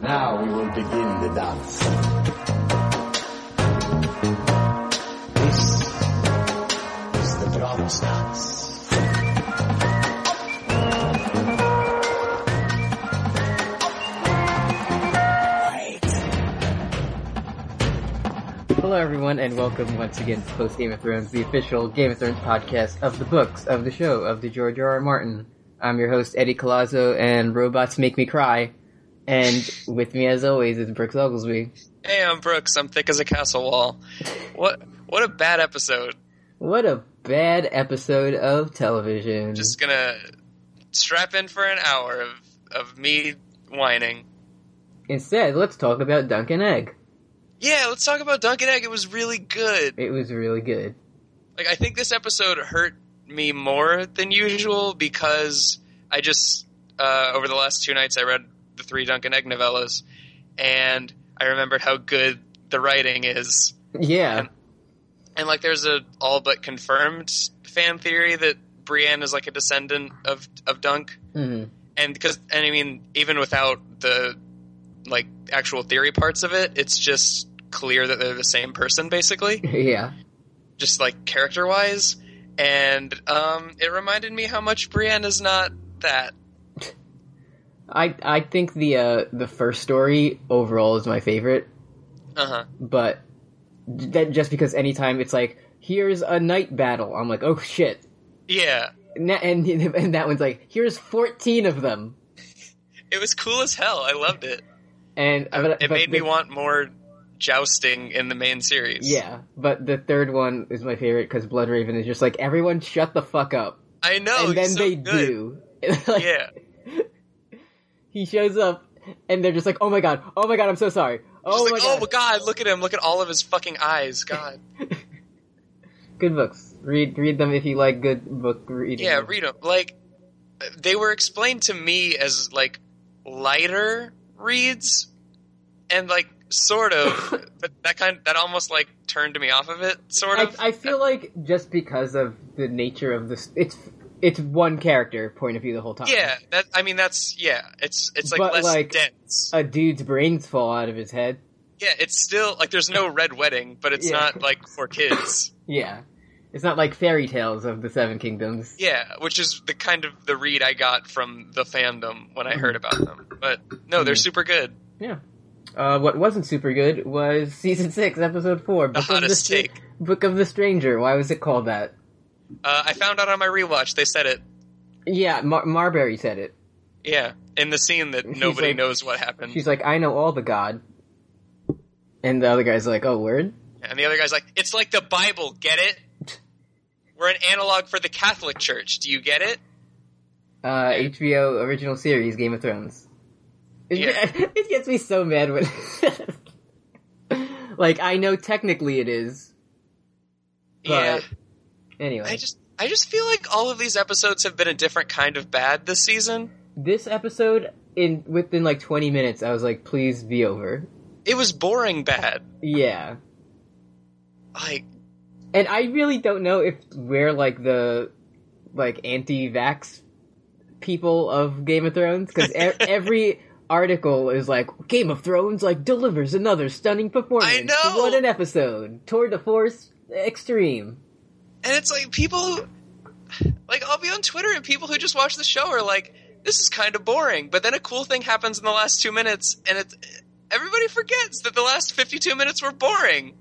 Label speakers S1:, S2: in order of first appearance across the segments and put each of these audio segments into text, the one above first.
S1: now we will begin the dance. This is the Bronze Dance.
S2: Hello, everyone, and welcome once again to Post Game of Thrones, the official Game of Thrones podcast of the books, of the show, of the George R. R. Martin. I'm your host, Eddie Colazzo, and robots make me cry. And with me, as always, is Brooks Oglesby.
S3: Hey, I'm Brooks. I'm thick as a castle wall. What what a bad episode.
S2: What a bad episode of television.
S3: Just gonna strap in for an hour of, of me whining.
S2: Instead, let's talk about Duncan Egg.
S3: Yeah, let's talk about Dunkin' Egg. It was really good.
S2: It was really good.
S3: Like I think this episode hurt me more than usual because I just uh, over the last two nights I read the three Dunkin' Egg novellas and I remembered how good the writing is.
S2: Yeah,
S3: And like there's a all but confirmed fan theory that Brienne is like a descendant of of Dunk.
S2: Mhm.
S3: and because and I mean, even without the like actual theory parts of it, it's just clear that they're the same person, basically,
S2: yeah.
S3: just like character wise. And um, it reminded me how much Brienne is not that.
S2: I I think the uh, the first story overall is my favorite.
S3: Uh huh.
S2: but that just because anytime it's like here's a night battle i'm like oh shit
S3: Yeah,
S2: and, that- and, and that one's like here's 14 of them
S3: it was cool as hell. I loved it.
S2: and but-
S3: It
S2: but
S3: made me
S2: the-
S3: want more jousting in the main series.
S2: yeah but the third one is my favorite because blood raven is just like everyone shut the fuck up
S3: I
S2: and
S3: know. Oh, he's
S2: then
S3: so
S2: they
S3: good.
S2: do like,
S3: Yeah.
S2: he shows up and they're just like oh my god oh my god i'm so sorry oh
S3: Just
S2: my
S3: like,
S2: god
S3: oh my god, look at him! Look at all of his fucking eyes, God.
S2: good books read read them if you like good book reading
S3: Yeah, read them. Like they were explained to me as like lighter reads, and like sort of, but that kind that almost like turned me off of it. Sort
S2: I,
S3: of.
S2: I feel like just because of the nature of this, it's it's one character point of view the whole time.
S3: yeah, that I mean that's yeah. It's it's like
S2: But,
S3: less
S2: like-
S3: dense.
S2: a dude's brains fall out of his head.
S3: yeah, it's still like there's no red wedding, but it's
S2: Yeah.
S3: not like for kids.
S2: Yeah, it's not like fairy tales of the Seven Kingdoms.
S3: yeah, which is the kind of the read I got from the fandom when I heard about
S2: Mm-hmm.
S3: them. But no, they're
S2: Mhm.
S3: super good.
S2: Yeah. Uh, what wasn't super good was season six, episode four,
S3: The
S2: Book of the
S3: hottest
S2: Stra-
S3: take.
S2: Book of the Stranger. Why was it called that?
S3: Uh, I found out on my rewatch. They said it.
S2: Yeah, Mar- Marbury said it.
S3: Yeah, in the scene that
S2: She's
S3: nobody
S2: like-
S3: knows what happened,
S2: She's like, I know all the God, and the other guy's like, Oh, word.
S3: and the other guy's like, "It's like the Bible, get it? We're an analog for the Catholic Church. Do you get it?"
S2: uh, HBO original series Game of Thrones. It,
S3: Yeah.
S2: it gets me so mad when, like, I know technically it is.
S3: yeah,
S2: But anyway,
S3: I just, I just feel like all of these episodes have been a different kind of bad this season.
S2: this episode in within like twenty minutes, I was like, please be over.
S3: It was boring bad.
S2: Yeah,
S3: Like,
S2: and I really don't know if we're like the like anti-vax people of Game of Thrones because every article is like Game of Thrones like delivers another stunning performance.
S3: I know!
S2: what an episode tour de force extreme.
S3: and it's like people, like I'll be on Twitter and people who just watch the show are like, "This is kind of boring," but then a cool thing happens in the last two minutes, and it's everybody forgets that the last fifty-two minutes were boring.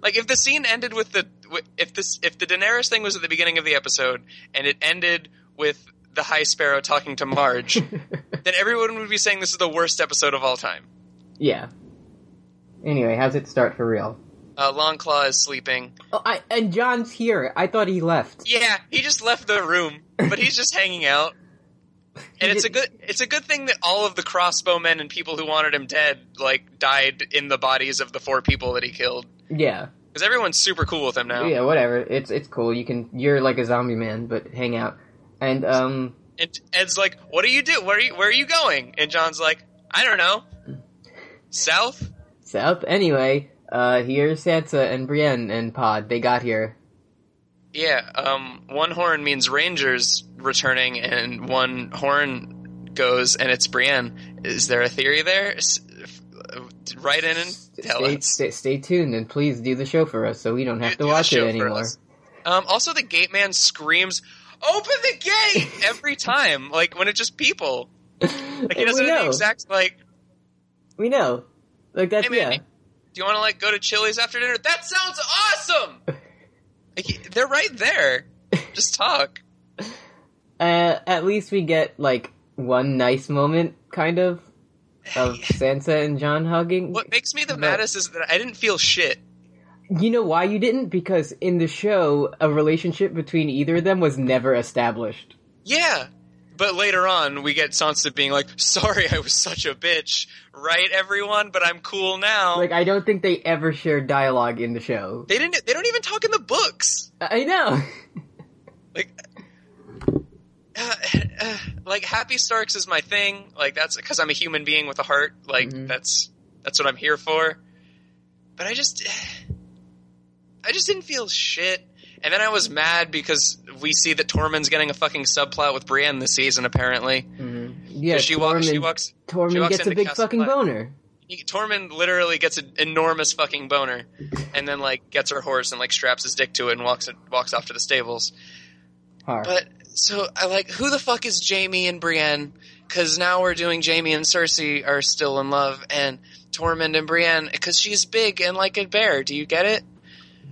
S3: Like if the scene ended with the wi- if this if the Daenerys thing was at the beginning of the episode and it ended with the High Sparrow talking to Marge, then everyone would be saying this is the worst episode of all time.
S2: Yeah. Anyway, how's it start for real?
S3: Uh, Longclaw is sleeping.
S2: Oh, I, and John's here. I thought he left.
S3: Yeah, he just left the room, but he's just hanging out. And it's a good it's a good thing that all of the crossbowmen and people who wanted him dead like died in the bodies of the four people that he killed
S2: Yeah.
S3: because everyone's super cool with him now.
S2: Yeah. Whatever. It's it's cool. You can. You're like a zombie man, but hang out. And um.
S3: And Ed's like, "What do you do? Where are you, where are you going?" And John's like, "I don't know, south."
S2: South. Anyway, uh, here's Sansa and Brienne and Pod. They got here.
S3: Yeah, um, one horn means Rangers returning, and one horn goes, and it's Brienne. Is there a theory there? S- uh, Write in and tell
S2: stay,
S3: us.
S2: stay, stay tuned and please do the show for us so we don't have
S3: Do
S2: to
S3: the
S2: watch
S3: show
S2: it
S3: for
S2: anymore.
S3: us. Um, also, the gate man screams, "Open the gate!" every time, like when it's just people. Like he
S2: And
S3: doesn't
S2: we
S3: have the
S2: know.
S3: exact like.
S2: We know. Like that's
S3: Hey, man,
S2: yeah.
S3: Do you want to like go to Chili's after dinner? That sounds awesome. like, he- they're right there. Just talk.
S2: Uh, at least we get like one nice moment, kind of, of Sansa and John hugging.
S3: What makes me the
S2: But-
S3: maddest is that I didn't feel shit.
S2: You know why you didn't? Because in the show, a relationship between either of them was never established.
S3: Yeah. But later on, we get Sansa being like, "Sorry, I was such a bitch, right, everyone? But I'm cool now."
S2: Like I don't think they ever shared dialogue in the show.
S3: they didn't. They don't even talk in the books.
S2: I know.
S3: Like, uh, uh, like Happy Starks is my thing. Like that's because I'm a human being with a heart. Like
S2: Mhm.
S3: that's that's what I'm here for. But I just, I just didn't feel shit. And then I was mad because we see that Tormund's getting a fucking subplot with Brienne this season. Apparently,
S2: Mm-hmm. Yeah,
S3: she walks. She
S2: Tormund-
S3: walks.
S2: Tormund
S3: she walks
S2: gets a
S3: into
S2: big
S3: Castle
S2: fucking
S3: Black.
S2: boner.
S3: He, Tormund literally gets an enormous fucking boner, and then like gets her horse and like straps his dick to it and walks it walks off to the stables.
S2: Har.
S3: But so I like who the fuck is Jamie and Brienne? Because now we're doing Jamie and Cersei are still in love, and Tormund and Brienne because she's big and like a bear. Do you get it?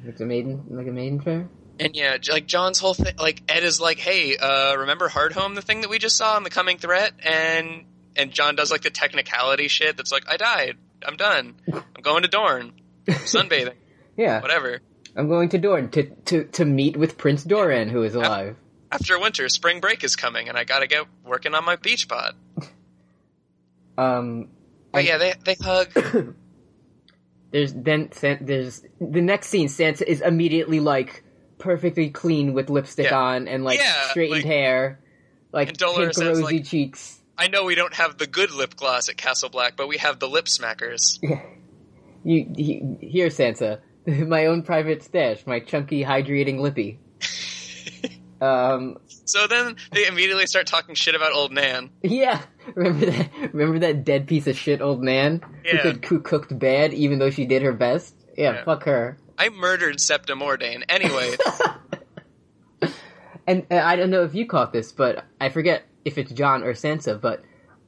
S2: Like a maiden, like a maiden fair.
S3: And yeah, j- like John's whole thing, like Ed is like, "Hey, uh, remember Hardhome, the thing that we just saw in the coming threat?" And and John does like the technicality shit that's like, "I died. I'm done. I'm going to Dorne, I'm sunbathing,
S2: Yeah,
S3: whatever."
S2: I'm going to Doran to, to to meet with Prince Doran, who is alive.
S3: After winter, spring break is coming, and I gotta get working on my beach pod.
S2: Um,
S3: But yeah, they they hug.
S2: there's then San- there's the next scene. Sansa is immediately like perfectly clean with lipstick
S3: Yeah.
S2: on and like
S3: Yeah,
S2: straightened
S3: like-
S2: hair, like
S3: And
S2: pink
S3: Dolores
S2: rosy
S3: has, like-
S2: cheeks.
S3: I know we don't have the good lip gloss at Castle Black, but we have the lip smackers.
S2: You he, here, Sansa, my own private stash, my chunky hydrating lippy. um,
S3: So then they immediately start talking shit about old Nan.
S2: yeah, remember that? Remember that dead piece of shit old man who
S3: Yeah.
S2: could who cooked bad, even though she did her best. Yeah,
S3: Yeah.
S2: fuck her.
S3: I murdered Septa Mordain. Anyway,
S2: and, and I don't know if you caught this, but I forget if it's John or Sansa, but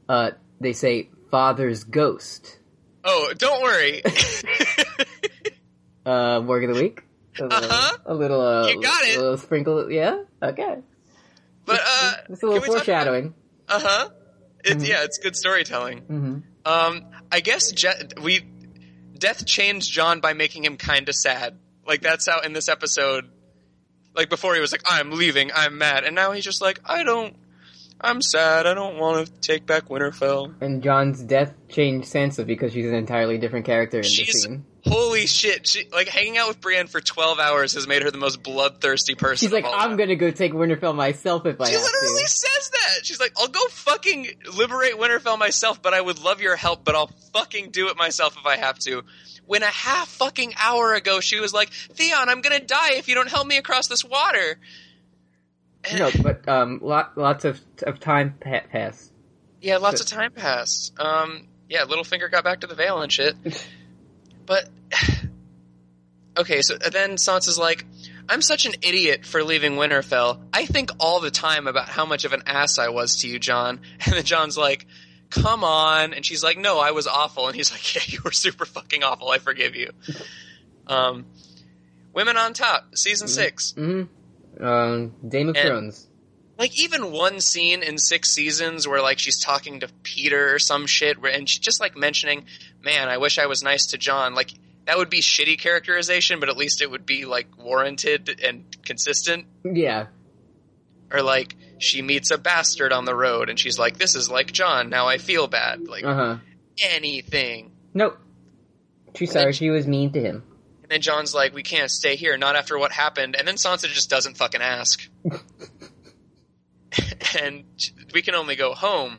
S2: uh, they say father's ghost.
S3: oh, don't worry.
S2: Uh, work of the week. A little,
S3: Uh-huh.
S2: a little, uh,
S3: You got it.
S2: A little sprinkle, yeah. Okay,
S3: but uh,
S2: just a little
S3: can we talk
S2: foreshadowing. Mm-hmm.
S3: Uh huh. It, Yeah, it's good storytelling.
S2: Mhm.
S3: Um, I guess Je- we death changed John by making him kind of sad. Like that's how in this episode, like before he was like, "I'm leaving, I'm mad," and now he's just like, "I don't, I'm sad, I don't want to take back Winterfell."
S2: And John's death changed Sansa because she's an entirely different character in this
S3: She's
S2: scene.
S3: holy shit. She like hanging out with Brienne for twelve hours has made her the most bloodthirsty person.
S2: She's like,
S3: of all
S2: I'm
S3: time."
S2: gonna go take Winterfell myself if I
S3: She
S2: have
S3: literally
S2: to.
S3: says that. She's like, I'll go fucking liberate Winterfell myself, but I would love your help, but I'll fucking do it myself if I have to. When a half fucking hour ago she was like, Theon, I'm gonna die if you don't help me across this water. And-
S2: No, but um, lot, lots of of time pa- passed.
S3: Yeah, lots of time passed. Um, yeah, Littlefinger got back to the Vale and shit. But okay, so then Sansa's like, "I'm such an idiot for leaving Winterfell. I think all the time about how much of an ass I was to you, John." And then John's like, "Come on," and she's like, "No, I was awful." And he's like, "Yeah, you were super fucking awful. I forgive you." Um, Women on Top, season six.
S2: hmm Um, Game of
S3: And-
S2: Thrones.
S3: like even one scene in six seasons where like she's talking to Peter or some shit, where and she's just like mentioning, "Man, I wish I was nice to John." Like that would be shitty characterization, but at least it would be like warranted and consistent.
S2: Yeah,
S3: Or like she meets a bastard on the road and she's like, "This is like John. Now I feel bad." Like
S2: uh huh.
S3: anything.
S2: Nope. She's sorry. She was mean to him.
S3: And then John's like, "We can't stay here, not after what happened." And then Sansa just doesn't fucking ask. and we can only go home.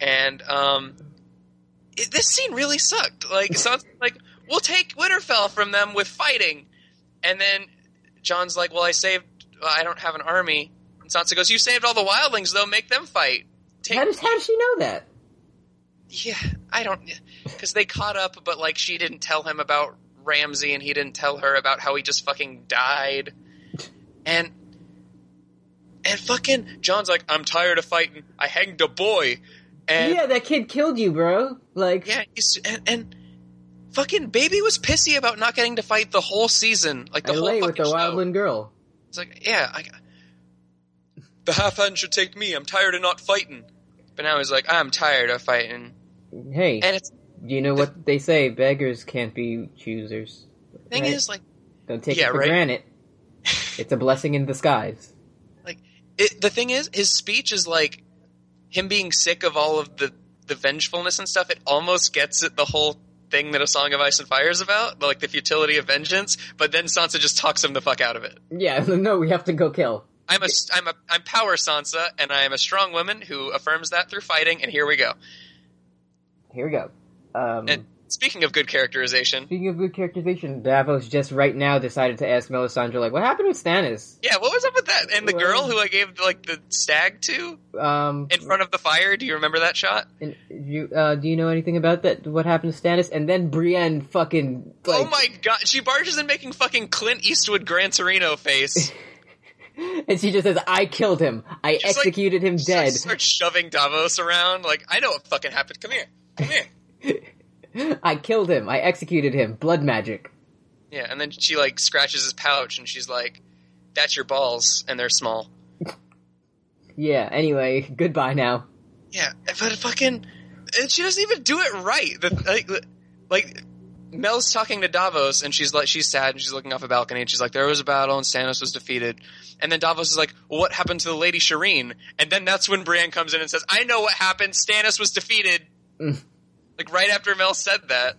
S3: And um, it, this scene really sucked. Like Sansa's like, "We'll take Winterfell from them with fighting," and then John's like, "Well, I saved. Well, I don't have an army." And Sansa goes, "You saved all the wildlings, though. Make them fight." Take
S2: How does how does she know that?
S3: yeah, I don't because they caught up, but like she didn't tell him about Ramsey, and he didn't tell her about how he just fucking died, and and fucking John's like, I'm tired of fighting. I hanged a boy, and
S2: yeah, that kid killed you, bro. Like,
S3: yeah, he's, and, and fucking baby was pissy about not getting to fight the whole season, like the
S2: I
S3: whole
S2: lay
S3: fucking
S2: with the
S3: show.
S2: wildland girl.
S3: It's like, yeah, I, the half hand should take me. I'm tired of not fighting. But now he's like, I'm tired of fighting,
S2: Hey,
S3: and it's
S2: you know what they say? Beggars can't be choosers.
S3: the thing
S2: Right.
S3: is like.
S2: Don't take
S3: Yeah,
S2: it for
S3: right.
S2: granted. It's a blessing in disguise.
S3: like it, the thing is his speech is like him being sick of all of the the vengefulness and stuff it almost gets at the whole thing that a song of ice and fire is about like the futility of vengeance but then sansa just talks him the fuck out of it
S2: Yeah, no, we have to go kill.
S3: i'm a i'm a i'm power sansa and i am a strong woman who affirms that through fighting and here we go
S2: Here we go. Um,
S3: and speaking of good characterization
S2: speaking of good characterization, Davos just right now decided to ask Melisandre, like, what happened with Stannis?
S3: yeah what was up with that and the girl who i gave like the stag to
S2: Um,
S3: in front of the fire do you remember that shot
S2: and you, uh, do you know anything about that? What happened to Stannis? And then Brienne fucking, like,
S3: oh my god, she barges in making fucking Clint Eastwood Gran Torino face.
S2: and she just says, I killed him. I
S3: She's like-
S2: executed him
S3: She, like,
S2: dead.
S3: starts shoving Davos around. Like I know what fucking happened. Come here, come here.
S2: I killed him. I executed him. Blood magic.
S3: Yeah, and then she like scratches his pouch and she's like, "That's your balls, and they're small."
S2: Yeah, anyway, goodbye now.
S3: Yeah, but fucking, and she doesn't even do it right. The, like, like Mel's talking to Davos, and she's like, she's sad, and she's looking off a balcony, and she's like, "There was a battle, and Stannis was defeated." And then Davos is like, well, "What happened to the Lady Shireen?" And then that's when Brienne comes in and says, "I know what happened. Stannis was defeated." Mm. like right after Mel said that.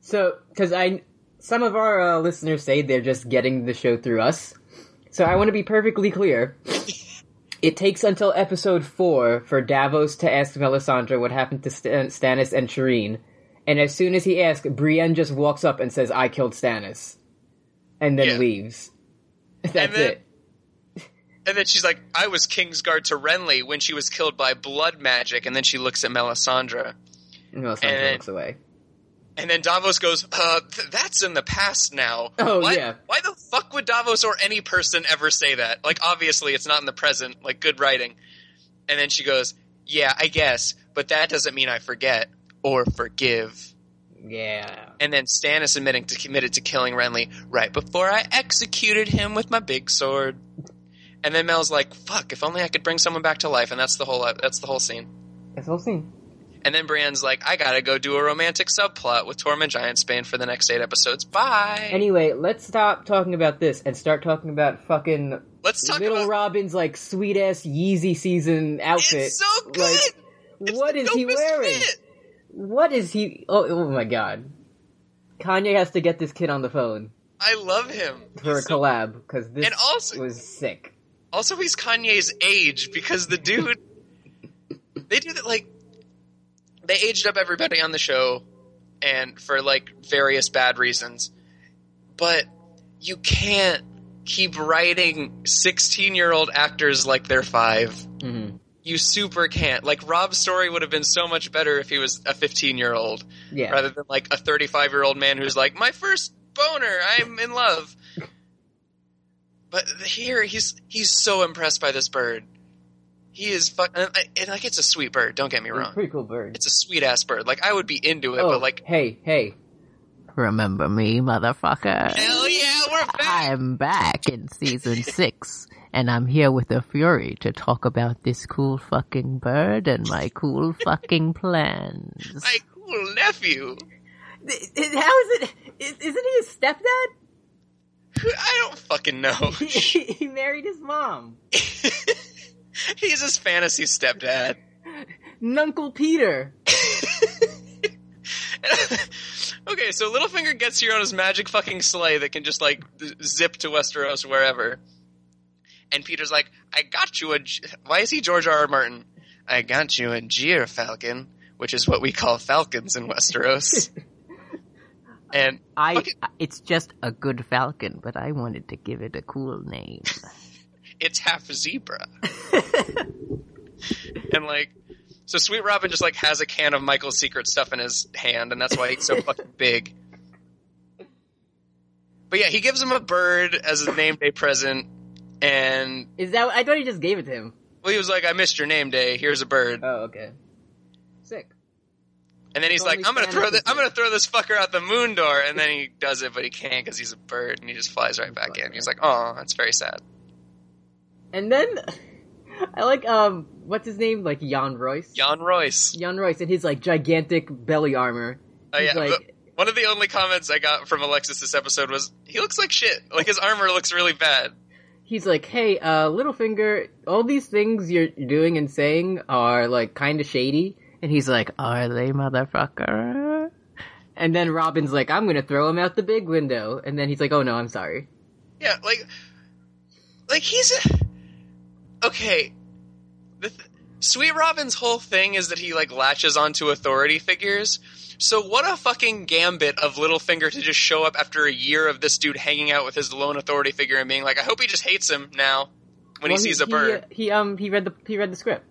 S2: So, because I some of our uh, listeners say they're just getting the show through us, so I want to be perfectly clear. it takes until episode four for Davos to ask Melisandre what happened to Stan- Stannis and Shireen, and as soon as he asks, Brienne just walks up and says, "I killed Stannis," and then
S3: Yeah.
S2: leaves. That's
S3: then-
S2: it.
S3: And then she's like, I was Kingsguard to Renly when she was killed by blood magic. And then she looks at Melisandre.
S2: And Melisandre
S3: and-
S2: walks away.
S3: And then Davos goes, uh, th- that's in the past now.
S2: Oh,
S3: why,
S2: yeah.
S3: Why the fuck would Davos or any person ever say that? Like, obviously, it's not in the present. Like, good writing. And then she goes, yeah, I guess. But that doesn't mean I forget or forgive.
S2: Yeah.
S3: And then Stannis admitting to committed to killing Renly right before I executed him with my big sword. And then Mel's like, "Fuck! If only I could bring someone back to life." And that's the whole uh, that's the whole scene.
S2: That's the whole scene.
S3: And then Brienne's like, "I gotta go do a romantic subplot with Tormund Giantsbane for the next eight episodes. Bye."
S2: Anyway, let's stop talking about this and start talking about fucking
S3: Let's talk
S2: Little
S3: about
S2: Robin's like sweet ass Yeezy season outfit.
S3: it's so good.
S2: Like, what is
S3: It's the
S2: he
S3: dopest
S2: wearing?
S3: fit.
S2: What is he? Oh, oh my god! Kanye has to get this kid on the phone
S3: I love him.
S2: for a
S3: He's so-
S2: collab because this
S3: And also-
S2: was sick.
S3: Also, he's Kanye's age because the dude. they do that like. They aged up everybody on the show, and for like various bad reasons. But you can't keep writing 16 year old actors like they're five.
S2: hmm
S4: Mm-hmm.
S3: You super can't. Like, Rob's story would have been so much better if he was a 15 year old
S2: Yeah,
S3: rather than like a 35 year old man who's like my first boner i'm in love but here he's he's so impressed by this bird he is fuck and, and like it's a sweet bird don't get me
S2: It's a
S3: wrong
S2: pretty cool bird.
S3: it's a sweet ass bird like i would be into it
S2: oh,
S3: but like
S2: hey, hey,
S4: Remember me, motherfucker.
S3: hell yeah we're back
S4: I'm back in season six, and I'm here with a fury to talk about this cool fucking bird and my cool fucking plans.
S3: my cool nephew
S2: how is it? Is, isn't he a stepdad?
S3: i don't fucking
S2: Oh,
S3: know
S2: He, he married his mom,
S3: he's his fantasy stepdad
S2: Nuncle Peter.
S3: okay so littlefinger gets here on his magic fucking sleigh that can just like z- zip to westeros wherever and Peter's like, "I got you a." G- Why is he George R. R. Martin? I got you a Jeer Falcon, which is what we call Falcons in Westeros. and
S4: I,
S3: fucking-
S4: it's just a good falcon, but I wanted to give it a cool name.
S3: it's half zebra. and like, So Sweet Robin just like has a can of Michael's secret stuff in his hand, and that's why he's so fucking big. But yeah, he gives him a bird as a name day present, and
S2: Is that? I thought he just gave it to him.
S3: well, he was like, "I missed your name day. Here's a bird."
S2: Oh, okay. Sick.
S3: And then he's
S2: Only
S3: like, "I'm gonna
S2: Santa
S3: throw
S2: could
S3: this.
S2: do
S3: I'm
S2: it."
S3: gonna throw this fucker out the moon door." And then he does it, but he can't because he's a bird, and he just flies right back in. He's like, "Oh, that's very sad."
S2: And then I like um, what's his name? Like Jan Royce.
S3: Jan Royce.
S2: Jan Royce and his like gigantic belly armor.
S3: Oh,
S2: He's
S3: yeah.
S2: like-
S3: the- one of the only comments I got from Alexis this episode was, "He looks like shit. Like his armor looks really bad."
S2: He's like, hey, uh, Littlefinger, all these things you're doing and saying are like kind of shady. And he's like,
S4: Are they, motherfucker?
S2: and then Robin's like, I'm gonna throw him out the big window. And then he's like, oh no, I'm sorry.
S3: Yeah, like, like he's a, okay. The th- Sweet Robin's whole thing is that he like latches onto authority figures. So what a fucking gambit of Littlefinger to just show up after a year of this dude hanging out with his lone authority figure and being like, I hope he just hates him now
S2: Well,
S3: when he uh, sees a bird.
S2: He, he um he read the he read the script.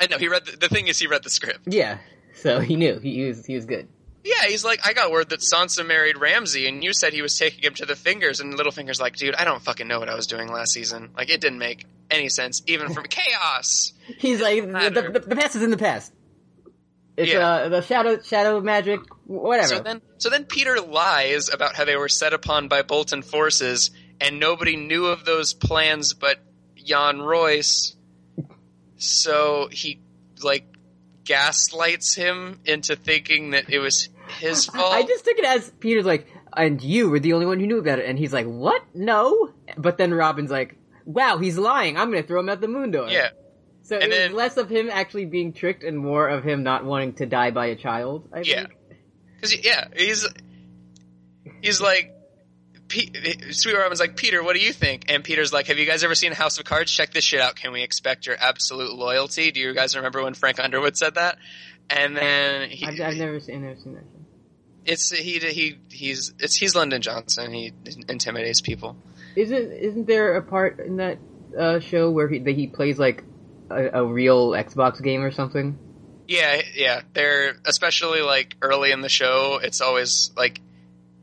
S3: I know he read the, the thing is he read the script.
S2: Yeah, so he knew he, he was he was good.
S3: Yeah, he's like, I got word that Sansa married Ramsay, and you said he was taking him to the fingers, and Littlefinger's like, dude, I don't fucking know what I was doing last season. Like, it didn't make any sense, even from chaos.
S2: He's like the,
S3: matter.
S2: the, the past is in the past. It's
S3: Yeah.
S2: uh, the shadow shadow magic whatever.
S3: So then, so then Peter lies about how they were set upon by Bolton forces, and nobody knew of those plans but Jan Royce. So he like gaslights him into thinking that it was his fault.
S2: I just took it as Peter's like, and you were the only one who knew about it. And he's like, what? No. But then Robin's like, wow, he's lying. I'm going to throw him out the moon door.
S3: yeah,
S2: So it
S3: and
S2: was
S3: then-
S2: less of him actually being tricked and more of him not wanting to die by a child. I
S3: Yeah.
S2: Think.
S3: Cause yeah, he's he's like, Pe- Sweet Robin's like Peter, what do you think? And Peter's like, Have you guys ever seen House of Cards? Check this shit out. Can we expect your absolute loyalty? Do you guys remember when Frank Underwood said that? And then he,
S2: I've, I've never seen, never seen that. show.
S3: it's he he he's it's he's London Johnson. He intimidates people.
S2: Isn't isn't there a part in that uh, show where he that he plays like a, a real Xbox game or something?
S3: Yeah, yeah. They're especially like early in the show. It's always like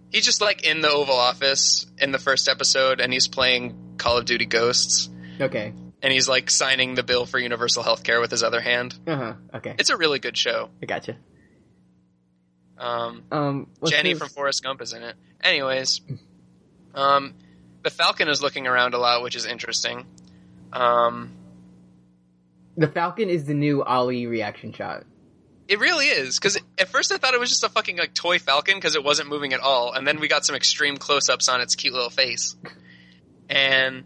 S3: he's just like in the Oval Office in the first episode, and he's playing Call of Duty Ghosts.
S2: Okay.
S3: and he's like signing the bill for universal health care with his other hand.
S2: Uh huh. Okay.
S3: It's a really good show.
S2: I gotcha.
S3: Um,
S2: Um, what's
S3: Jenny
S2: his-
S3: from Forrest Gump is in it. Anyways, um, the Falcon is looking around a lot, which is interesting. Um,
S2: the Falcon is the new Ollie reaction shot.
S3: it really is because at first I thought it was just a fucking like toy Falcon because it wasn't moving at all, and then we got some extreme close-ups on its cute little face. And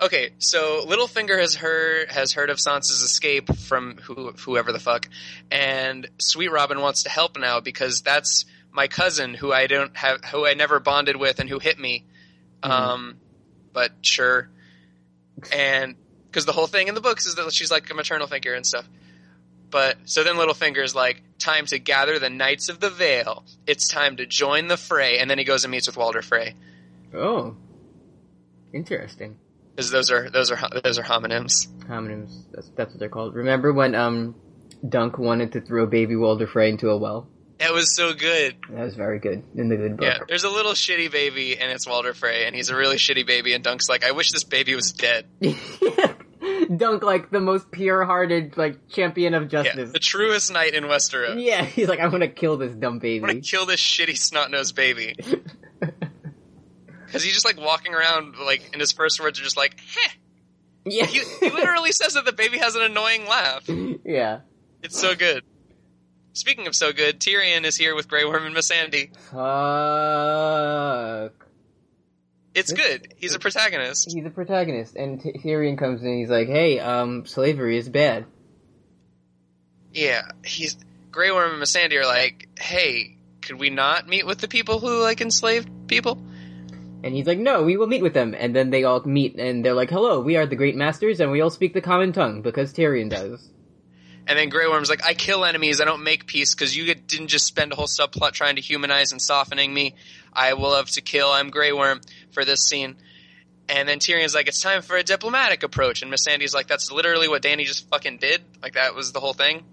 S3: okay, so Littlefinger has heard has heard of Sansa's escape from who, whoever the fuck, and Sweet Robin wants to help now because that's my cousin who I don't have who I never bonded with and who hit me. Um, but sure, and because the whole thing in the books is that she's like a maternal figure and stuff. But so then Littlefinger's like, time to gather the Knights of the Vale. It's time to join the fray. And then he goes and meets with Walder Frey
S2: Oh, interesting.
S3: because those are those are those are homonyms.
S2: Homonyms. That's that's what they're called. Remember when um, Dunk wanted to throw baby Walder Frey into a well?
S3: That was so good.
S2: That was very good in the good book.
S3: Yeah, there's a little shitty baby, and it's Walder Frey, and he's a really shitty baby. And Dunk's like, I wish this baby was dead.
S2: Dunk, like the most pure-hearted, like champion of
S3: Yeah,
S2: justice.
S3: the truest knight in Westeros.
S2: Yeah, he's like, I'm gonna kill this dumb
S3: I want
S2: baby.
S3: to kill this shitty snot nosed baby. Because he's just like walking around, like, and his first words are just like, heh.
S2: yeah,
S3: He, he literally says that the baby has an annoying laugh.
S2: yeah.
S3: It's so good. Speaking of so good, Tyrion is here with Grey Worm and Miss Andy.
S2: Fuck.
S3: It's good. He's a protagonist.
S2: He's the protagonist, and T- Tyrion comes in. He's like, "Hey, um, slavery is bad."
S3: Yeah, he's Grey Worm and Miss Andy are like, hey, could we not meet with the people who like enslaved people?
S2: And he's like, no, we will meet with them. And then they all meet and they're like, hello, we are the great masters and we all speak the common tongue because Tyrion does.
S3: And then Grey Worm's like, I kill enemies. I don't make peace because you didn't just spend a whole subplot trying to humanize and softening me. I will love to kill. I'm Grey Worm for this scene. And then Tyrion's like, it's time for a diplomatic approach. And Miss Sandy's like, that's literally what Danny just fucking did. Like, that was the whole thing.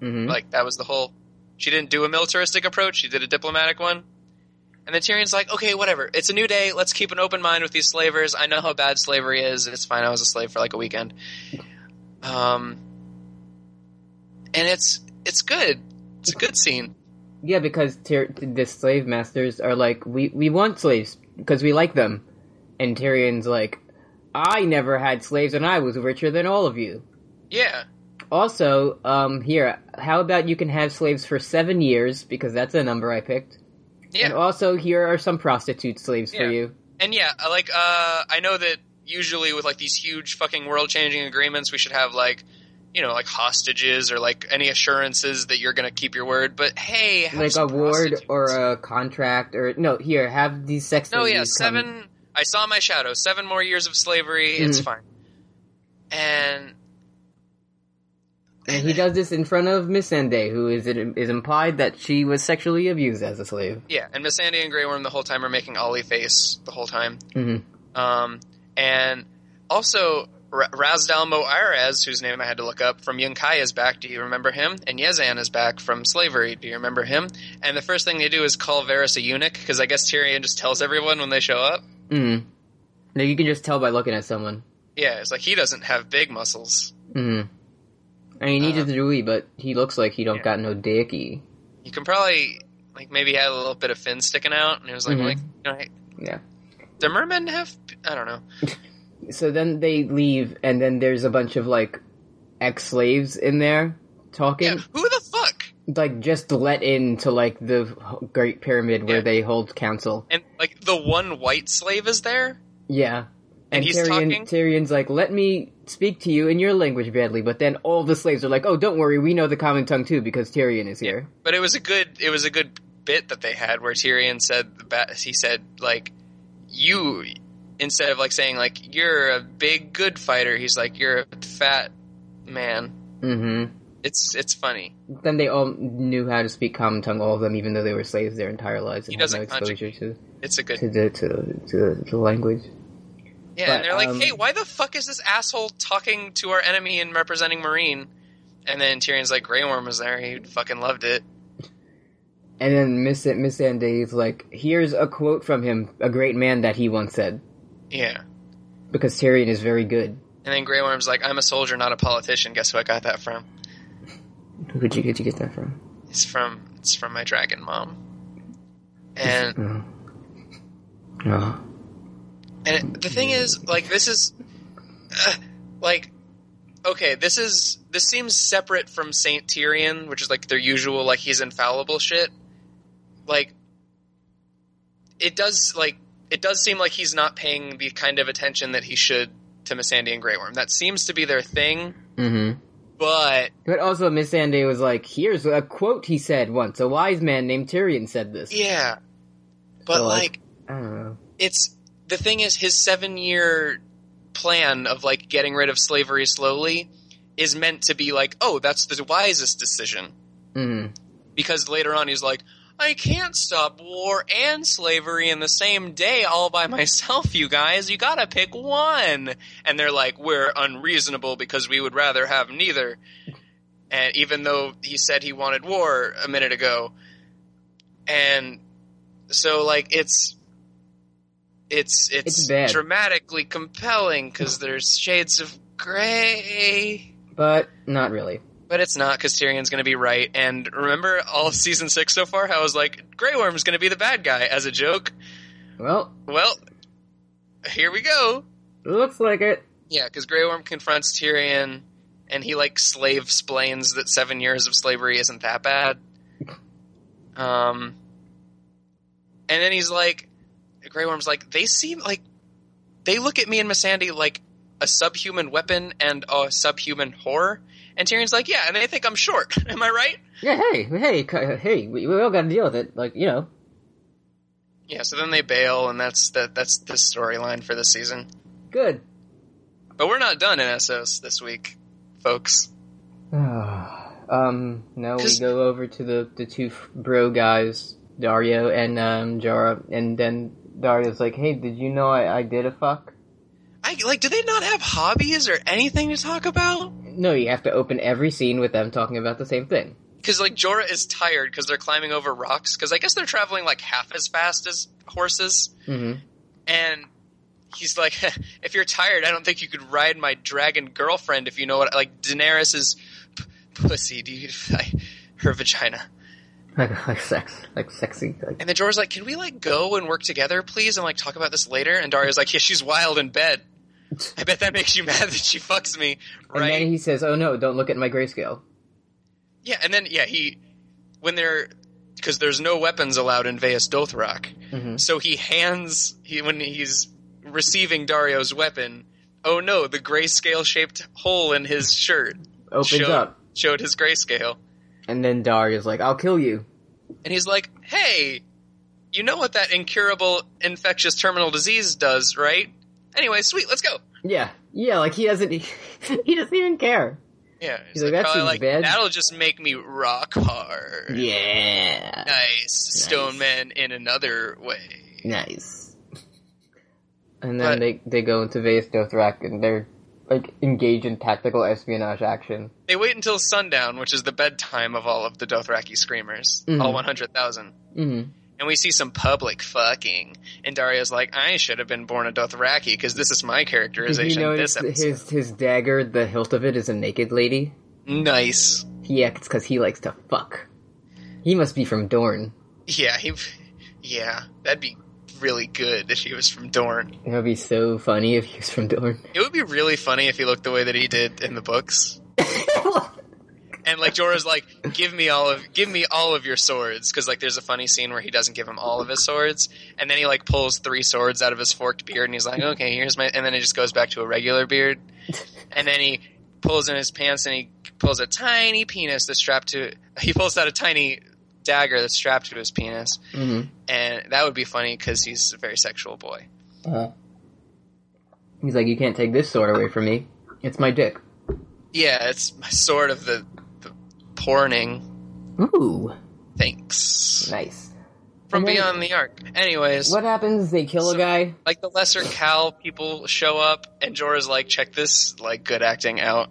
S2: hmm
S3: Like that was the whole. She didn't do a militaristic approach. She did a diplomatic one. And then Tyrion's like, okay, whatever. It's a new day. Let's keep an open mind with these slavers. I know how bad slavery is. It's fine. I was a slave for like a weekend. Um, and it's it's good. It's a good scene.
S2: yeah, because Tyr- the slave masters are like, we we want slaves because we like them, and Tyrion's like, I never had slaves, and I was richer than all of you.
S3: Yeah,
S2: Also, um, here, how about you can have slaves for seven years because that's a number I picked.
S3: yeah.
S2: And also, here are some prostitute slaves
S3: Yeah.
S2: for you.
S3: And yeah, I like uh, I know that usually with like these huge fucking world changing agreements, we should have like you know like hostages or like any assurances that you're gonna keep your word. But hey, have
S2: like a
S3: some
S2: ward
S3: prostitutes.
S2: or a contract or no here have these sex
S3: no, Oh, yeah,
S2: slaves come.
S3: seven. I saw my shadow. Seven more years of slavery. It's
S2: Mhm.
S3: fine. And
S2: and he does this in front of miss Ende, who is it is implied that she was sexually abused as a slave
S3: yeah, and Miss Sandy and Grey Worm the whole time are making Ollie face the whole time.
S2: hmm
S3: Um, and also, R- Razdal Moirez, whose name I had to look up, from Yunkai is back. Do you remember him? And Yezan is back from slavery. Do you remember him? And the first thing they do is call Varys a eunuch, because I guess Tyrion just tells everyone when they show up.
S2: mm. now you can just tell by looking at someone
S3: Yeah, it's like he doesn't have big muscles.
S2: mm. i mean he
S3: Mm-hmm. Uh,
S2: just really but he looks like he don't
S3: yeah.
S2: got no dicky
S3: You can probably, like, maybe had a little bit of fin sticking out, and he was like,
S2: Mhm.
S3: like you know, hey,
S2: yeah
S3: do mermen have, I don't know.
S2: so then they leave and then there's a bunch of like ex-slaves in there
S3: Yeah,
S2: talking
S3: who the fuck?
S2: like just let into like the great pyramid where
S3: Yeah.
S2: they hold council
S3: And, like, the one white slave is there?
S2: Yeah.
S3: And he's
S2: Tyrion,
S3: talking?
S2: Tyrion's like, let me speak to you in your language, badly. But then all the slaves are like, oh, don't worry, we know the common tongue too because Tyrion is here.
S3: But it was a good it was a good bit that they had where Tyrion said the ba- he said like you instead of like saying like you're a big good fighter he's like you're a fat man.
S2: Mm-hmm.
S3: It's it's funny.
S2: Then they all knew how to speak common tongue, all of them, even though they were slaves their entire lives and
S3: He
S2: had no
S3: doesn't
S2: exposure to,
S3: It's a
S2: to
S3: good
S2: the to, to the, the language.
S3: yeah.
S2: but,
S3: and they're like,
S2: um,
S3: hey, why the fuck is this asshole talking to our enemy and representing Marine? And then Tyrion's like, Grey Worm was there. He fucking loved it.
S2: And then Miss Miss Ande's like, here's a quote from him, a great man that he once said,
S3: Yeah.
S2: because Tyrion is very good.
S3: And then Grey Worm's like, I'm a soldier, not a politician. Guess who I got that from?
S2: Who'd you, who'd you get that from?
S3: It's from it's from my dragon mom. And
S2: No. No.
S3: And the thing is, like, this is, uh, like, okay, this is this seems separate from Saint Tyrion, which is like their usual, like he's infallible shit. Like, it does like it does seem like he's not paying the kind of attention that he should to Missandei and Grey Worm. That seems to be their thing,
S2: Mm-hmm.
S3: but
S2: But also, Miss Sande was like, "Here's a quote he said once. A wise man named Tyrion said this."
S3: yeah, but
S2: So, like-
S3: like
S2: I don't know.
S3: it's the thing is his seven year plan of like getting rid of slavery slowly is meant to be like oh that's the wisest decision
S2: Mm.
S3: because later on he's like i can't stop war and slavery in the same day all by myself you guys you gotta pick one and they're like we're unreasonable because we would rather have neither and even though he said he wanted war a minute ago and so like it's it's it's,
S2: It's bad.
S3: dramatically compelling because there's shades of gray
S2: But not really.
S3: but it's not because Tyrion's going to be right. And remember all of season six so far, how I was like, Grey Worm's going to be the bad guy as a joke.
S2: Well,
S3: Well, here we go.
S2: looks like it.
S3: Yeah, because Grey Worm confronts Tyrion, and he like slave splains that seven years of slavery isn't that bad. Um, and then he's like, Grey Worm's like, they seem like they look at me and Missandei like a subhuman weapon and a subhuman whore. And Tyrion's like, yeah, and they think I'm short. Am I right?
S2: Yeah. Hey. Hey. c- Hey. We, we all got to deal with it. Like you know.
S3: Yeah, so then they bail, and that's that. That's the storyline for this season.
S2: Good.
S3: But we're not done in Essos this week, folks.
S2: um. Now we
S3: Just-
S2: go over to the the two f- bro guys, Dario and um Jara, and then Dario's like, "Hey, did you know I, I did a fuck?"
S3: I like. Do they not have hobbies or anything to talk about?
S2: No, you have to open every scene with them talking about the same thing.
S3: Because like Jorah is tired because they're climbing over rocks. Because I guess they're traveling like half as fast as horses.
S2: hmm
S3: and he's like, "If you're tired, I don't think you could ride my dragon girlfriend. If you know what, like Daenerys is p- pussy. Do you, I, her vagina?"
S2: Like, like sex, like sexy. Like,
S3: And then Jorah's like, "Can we like go and work together, please, and like talk about this later?" And Daria's like, "Yeah, she's wild in bed. I bet that makes you mad that she fucks me,
S2: and
S3: right?"
S2: then he says, "Oh no, don't look at my grayscale."
S3: yeah, and then yeah, he when they're because there's no weapons allowed in Veus Dothrak.
S2: hmm
S3: So he hands he when he's receiving Dario's weapon. Oh no, the grayscale shaped hole in his shirt
S2: Opens
S3: showed,
S2: up,
S3: showed his grayscale,
S2: and then Daria's like, "I'll kill you."
S3: and he's like, "Hey, you know what that incurable infectious terminal disease does, right? Anyway, sweet, let's go."
S2: Yeah, yeah. Like he doesn't, he, doesn't even care.
S3: Yeah,
S2: He's like, "That
S3: probably
S2: seems bad."
S3: That'll just make me rock hard.
S2: Yeah,
S3: Nice, stone man in another way.
S2: nice. And then
S3: But-
S2: they they go into Vegas Dothrak, and they're like engage in tactical espionage action.
S3: They wait until sundown, which is the bedtime of all of the Dothraki screamers,
S2: Mhm.
S3: all one hundred thousand.
S2: Mm-hmm.
S3: and we see some public fucking. And Dario's like, I should have been born a Dothraki because this is my
S2: Did you
S3: characterization
S2: notice
S3: this
S2: that
S3: episode.
S2: his his dagger? The hilt of it is a naked lady.
S3: Nice.
S2: Yeah, it's because he likes to fuck. He must be from Dorne.
S3: Yeah, he. Yeah, that'd be really good if he was from Dorne.
S2: It would be so funny if he was from Dorne.
S3: It would be really funny if he looked the way that he did in the books. And like Jorah's like, give me all of, give me all of your swords, because like there's a funny scene where he doesn't give him all of his swords, and then he like pulls three swords out of his forked beard, and he's like, okay, here's my, and then it just goes back to a regular beard, and then he pulls in his pants and he pulls a tiny penis that's strapped to, he pulls out a tiny dagger that's strapped to his penis,
S2: hmm
S3: and that would be funny because he's a very sexual boy.
S2: Uh, he's like, you can't take this sword away from me. It's my dick.
S3: Yeah, it's sort of the, the porning.
S2: Ooh,
S3: Thanks
S2: nice.
S3: from
S2: And then-
S3: beyond the arc. Anyways,
S2: What happens? They kill a
S3: So-
S2: guy.
S3: like the lesser Cal people show up, and Jorah's like, "Check this, like good acting out."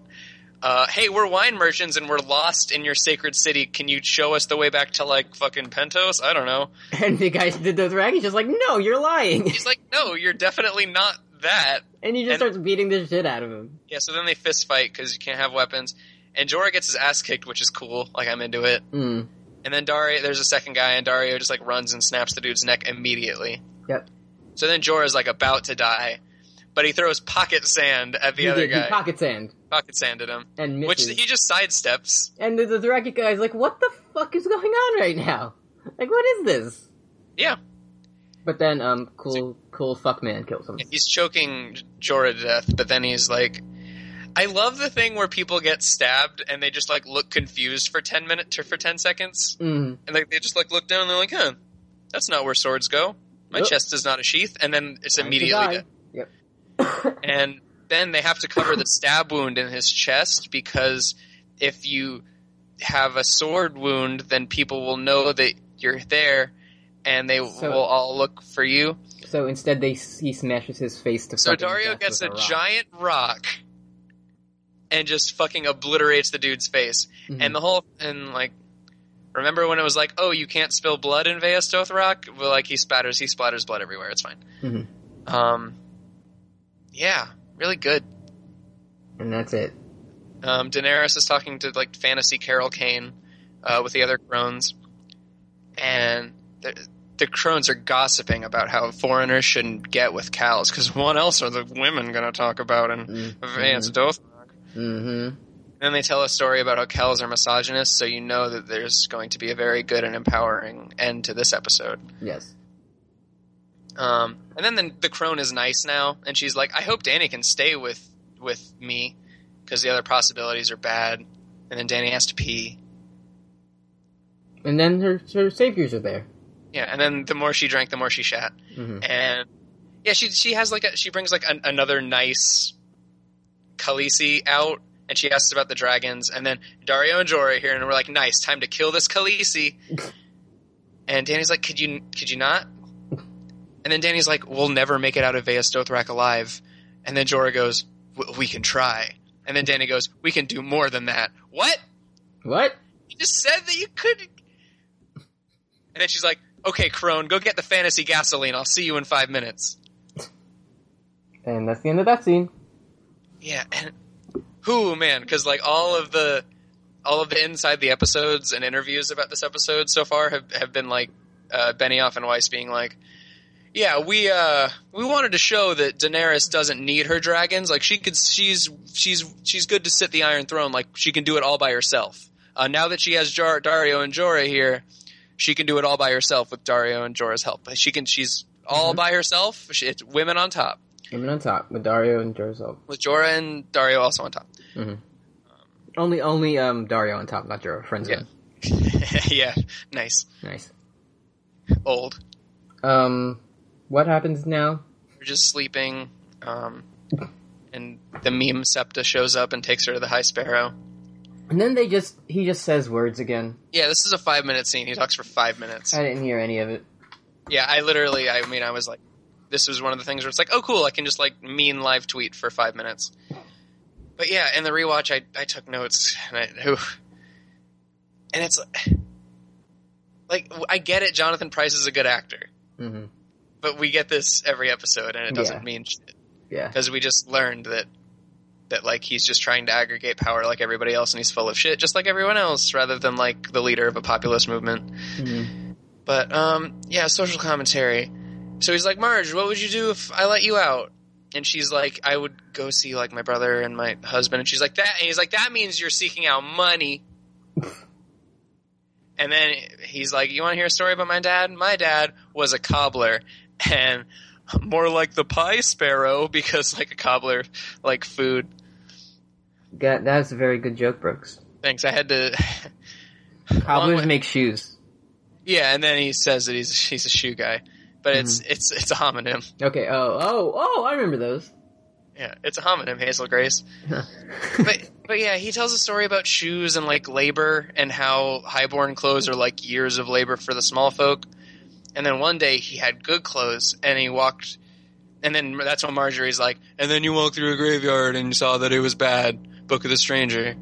S3: Uh, hey, we're wine merchants and we're lost in your sacred city. Can you show us the way back to like fucking Pentos? I don't know.
S2: And the guy, the Dothraki, just like, no, you're lying,
S3: He's like, "No, you're definitely not that."
S2: and he just
S3: And-
S2: starts beating the shit out of him.
S3: Yeah. So then they fist fight because you can't have weapons, and Jorah gets his ass kicked, which is cool. Like I'm into it.
S2: Mm.
S3: And then Dario, there's a second guy, and Dario just like runs and snaps the dude's neck immediately.
S2: Yep.
S3: So then Jorah's like about to die, but he throws pocket sand at the
S2: he
S3: other
S2: did,
S3: guy.
S2: he pocket sand
S3: pocket sanded him.
S2: and
S3: Which
S2: misses.
S3: he just sidesteps.
S2: and the Dothraki guy's like, what the fuck is going on right now? Like, what is this?
S3: Yeah.
S2: But then, um, cool, cool fuck man kills him.
S3: He's choking Jorah to death, but then he's like, I love the thing where people get stabbed and they just like look confused for ten minutes for ten seconds,
S2: Mm.
S3: and like they just like look down and they're like, huh, that's not where swords go. My
S2: Nope.
S3: chest is not a sheath, and then it's
S2: Time to
S3: immediately
S2: die.
S3: dead. and then they have to cover the stab wound in his chest because if you have a sword wound, then people will know that you're there, and they
S2: So-
S3: will all look for you.
S2: So instead, they he smashes his face to.
S3: So
S2: fucking
S3: Dario
S2: death
S3: gets
S2: with
S3: a,
S2: rock.
S3: giant rock and just fucking obliterates the dude's face.
S2: Mhm.
S3: And the whole and like remember when it was like, "Oh, you can't spill blood in Veus Dothrak?" Well, like he spatters, he splatters blood everywhere. It's fine.
S2: Mhm.
S3: Um yeah, really good.
S2: and that's it.
S3: Um, Daenerys is talking to like fantasy Carol Kane uh, with the other crones, and the, the crones are gossiping about how foreigners shouldn't get with cows because what else are the women going to talk about in Vance Doth?
S2: Mm-hmm.
S3: Then they tell a story about how cows are misogynists, so you know that there's going to be a very good and empowering end to this episode.
S2: Yes.
S3: Um, and then the, the crone is nice now, and she's like, "I hope Danny can stay with with me because the other possibilities are bad." And then Danny has to pee.
S2: And then her, her saviors are there.
S3: Yeah, and then the more she drank, the more she shat.
S2: Mm-hmm.
S3: And yeah, she she has like a, she brings like an, another nice Khaleesi out, and she asks about the dragons, and then Dario and Jorah are here, and we're like, nice, time to kill this Khaleesi. and Danny's like, could you could you not? And then Danny's like, we'll never make it out of Veus Dothrak alive. And then Jorah goes, "W- "We can try." And then Danny goes, "We can do more than that." What?
S2: What?
S3: You just said that you couldn't. And then she's like, "Okay, Crone, go get the fantasy gasoline. I'll see you in five minutes."
S2: And that's the end of that scene.
S3: Yeah, and who man? Because like all of the all of the inside the episodes and interviews about this episode so far have have been like uh, Benioff and Weiss being like, yeah, we uh we wanted to show that Daenerys doesn't need her dragons. Like she could, she's she's she's good to sit the Iron Throne. Like she can do it all by herself. Uh, now that she has Jar- Dario and Jorah here, she can do it all by herself with Dario and Jorah's help. She can, she's all by herself. She, it's women on top
S2: Women on top with Dario and Jorzo.
S3: with Jorah and Dario also on top.
S2: Only, only um, Dario on top, not Jorah. Friends.
S3: Yeah.
S2: with him.
S3: yeah, nice,
S2: Nice.
S3: old.
S2: Um, what happens now?
S3: We're just sleeping, um, and the meme Septa shows up and takes her to the High Sparrow.
S2: And then they just he just says words again.
S3: Yeah, this is a five minute scene. He talks for five minutes.
S2: I didn't hear any of it.
S3: Yeah, I literally, I mean, I was like, this was one of the things where it's like, oh, cool, I can just like mean live tweet for five minutes. But yeah, in the rewatch, I, I took notes and I, oof. and it's like, I get it. Jonathan Price is a good actor,
S2: hmm
S3: but we get this every episode, and it doesn't
S2: Yeah.
S3: mean shit
S2: Yeah.
S3: because we just learned that that like he's just trying to aggregate power like everybody else, and he's full of shit just like everyone else, rather than like the leader of a populist movement.
S2: Mhm.
S3: But um, yeah, social commentary. So he's like, Marge, what would you do if I let you out? And she's like, I would go see like my brother and my husband. And she's like that. And he's like, that means you're seeking out money. and then he's like, you want to hear a story about my dad? My dad was a cobbler, and more like the pie sparrow because like a cobbler, like food.
S2: Got, that's a very good joke, Brooks.
S3: Thanks. I had to.
S2: Cobblers
S3: way-
S2: make shoes.
S3: yeah, and then he says that he's he's a shoe guy, but it's it's it's a homonym.
S2: Okay. Oh. Oh. Oh. I remember those.
S3: Yeah, it's a homonym, Hazel Grace. but but yeah, he tells a story about shoes and like labor and how highborn clothes are like years of labor for the small folk. And then one day he had good clothes and he walked and then that's when Marjorie's like, and then you walked through a graveyard and you saw that it was bad, Book of the Stranger.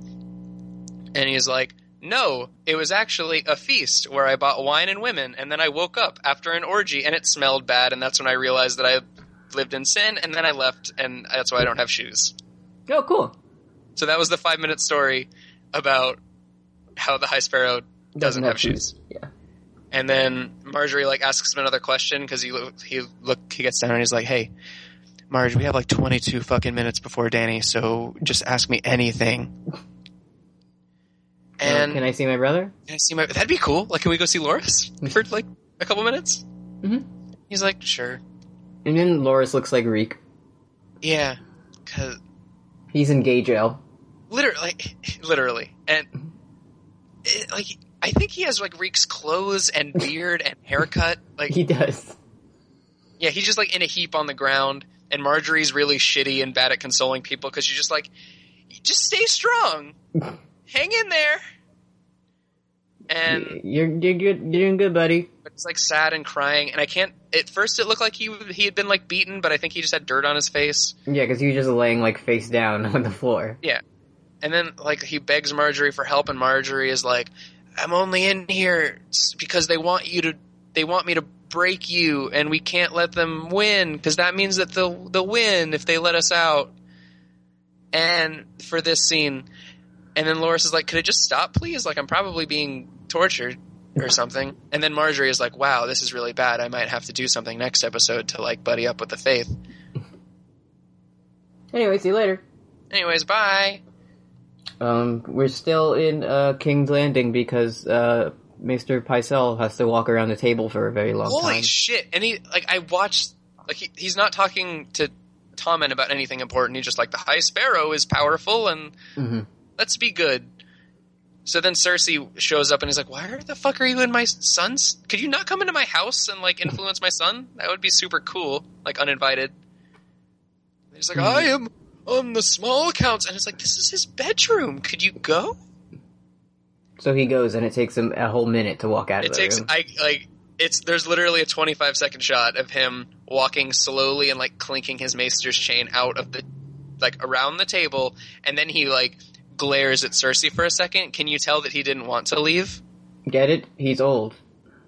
S3: And he's like, No, it was actually a feast where I bought wine and women, and then I woke up after an orgy and it smelled bad, and that's when I realized that I lived in sin, and then I left, and that's why I don't have shoes.
S2: Oh, cool.
S3: So that was the five minute story about how the High Sparrow doesn't have shoes.
S2: Yeah.
S3: And then Marjorie like asks him another question because he lo- he look he gets down and he's like, "Hey, Marge, we have like 22 fucking minutes before Danny, so just ask me anything."
S2: And
S3: And
S2: can I see my brother?
S3: can I see my? That'd be cool. Like, can we go see Loris for like a couple minutes?
S2: Mhm.
S3: He's like, "Sure,
S2: And then Loris looks like Reek.
S3: yeah," because
S2: He's in gay jail.
S3: literally, literally, and it, like I think he has like Reek's clothes and beard and haircut. Like
S2: He does.
S3: Yeah, he's just like in a heap on the ground, and Marjorie's really shitty and bad at consoling people because she's just like, just stay strong, hang in there. And
S2: You're you're good. You're doing good, buddy.
S3: it's like sad and crying, and I can't. At first, it looked like he he had been like beaten, but I think he just had dirt on his face.
S2: Yeah, because you're just laying like face down on the floor.
S3: And then like he begs Marjorie for help, and Marjorie is like, "I'm only in here s- because they want you to. They want me to break you, and we can't let them win because that means that they'll they'll win if they let us out." And for this scene, and then Loris is like, "Could it just stop, please? Like I'm probably being tortured." Or something, and then Marjorie is like, "Wow, this is really bad. I might have to do something next episode to like buddy up with the faith."
S2: Anyway, see you later.
S3: Anyways, bye.
S2: Um, we're still in uh, King's Landing because uh, Mr. Picel has to walk around the table for a very long
S3: Holy
S2: time.
S3: shit! And he like I watched like he, he's not talking to Tommen about anything important. He's just like the High Sparrow is powerful and
S2: Mhm.
S3: let's be good. So then Cersei shows up and he's like, "Why the fuck are you in my son's? Could you not come into my house and like influence my son? That would be super cool. Like uninvited." And He's like,
S2: Mm-hmm.
S3: "I am on the small counts," and it's like, "This is his bedroom. Could you go?"
S2: So he goes, and it takes him a whole minute to walk out
S3: It
S2: of the
S3: takes
S2: room.
S3: I like it's there's literally a 25 second shot of him walking slowly and like clinking his maester's chain out of the like around the table, and then he like glares at Cersei for a second. Can you tell that he didn't want to leave?
S2: Get it? He's old.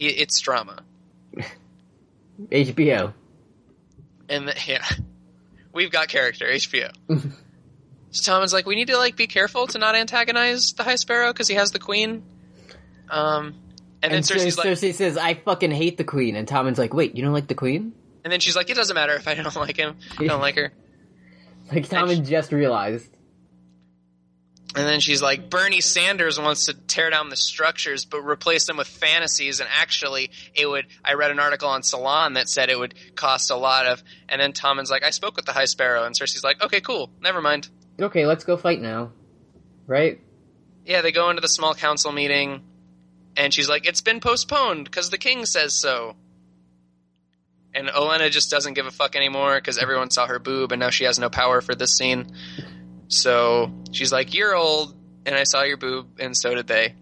S3: I- It's drama,
S2: HBO.
S3: and th- yeah, we've got character HBO. so Tommen's like, we need to like be careful to not antagonize the High Sparrow because he has the Queen. Um, and, then
S2: Cer-
S3: Cersei's like,
S2: Cersei says, "I fucking hate the queen," and Tommen's like, "Wait, you don't like the queen?"
S3: and then she's like, it doesn't matter if I don't like him, I don't like her.
S2: Like Tommen just realized.
S3: And then she's like, Bernie Sanders wants to tear down the structures, but replace them with fantasies. And actually, it would. I read an article on Salon that said it would cost a lot of. And then Tommen's like, I spoke with the High Sparrow, and Cersei's like, Okay, cool, never mind.
S2: Okay, let's go fight now. Right?
S3: Yeah, they go into the small council meeting, and she's like, It's been postponed because the king says so. And Olenna just doesn't give a fuck anymore because everyone saw her boob, and now she has no power for this scene. So she's like, You're old, and I saw your boob, and so did they.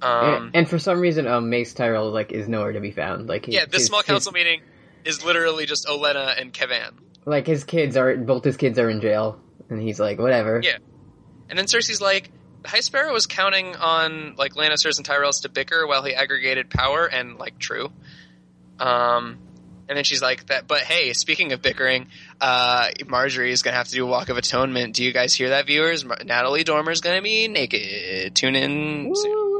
S3: Um,
S2: and, and for some reason, um, Mace Tyrell like is nowhere to be found. Like his-
S3: yeah, this
S2: his-
S3: small
S2: his-
S3: council meeting is literally just Olenna and Kevan.
S2: like his kids are both his kids are in jail, and he's like, whatever.
S3: Yeah. And then Cersei's like, High Sparrow was counting on like Lannisters and Tyrells to bicker while he aggregated power, and like true. Um, and then she's like that. But hey, speaking of bickering, uh, Marjorie is gonna have to do a walk of atonement. Do you guys hear that, viewers? Mar- Natalie Dormer's gonna be naked. Tune in soon.
S2: Woo!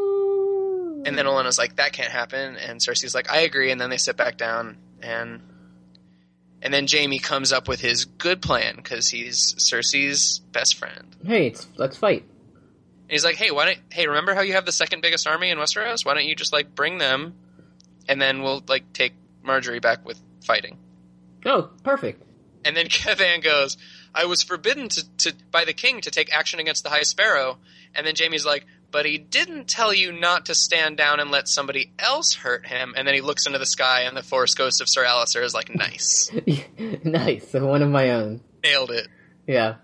S3: And then Olena's like, that can't happen. And Cersei's like, I agree. And then they sit back down. And and then Jamie comes up with his good plan because he's Cersei's best friend.
S2: hey, it's let's fight.
S3: And he's like, hey, why don't hey, remember how you have the second biggest army in Westeros? Why don't you just like bring them, and then we'll like take Marjorie back with fighting.
S2: Oh, perfect.
S3: And then Kevan goes, I was forbidden to, to by the king to take action against the High Sparrow. And then Jamie's like, but he didn't tell you not to stand down and let somebody else hurt him. And then he looks into the sky, and the forest ghost of Sir Alistair is like, nice,
S2: nice. So one of my own.
S3: nailed it.
S2: Yeah.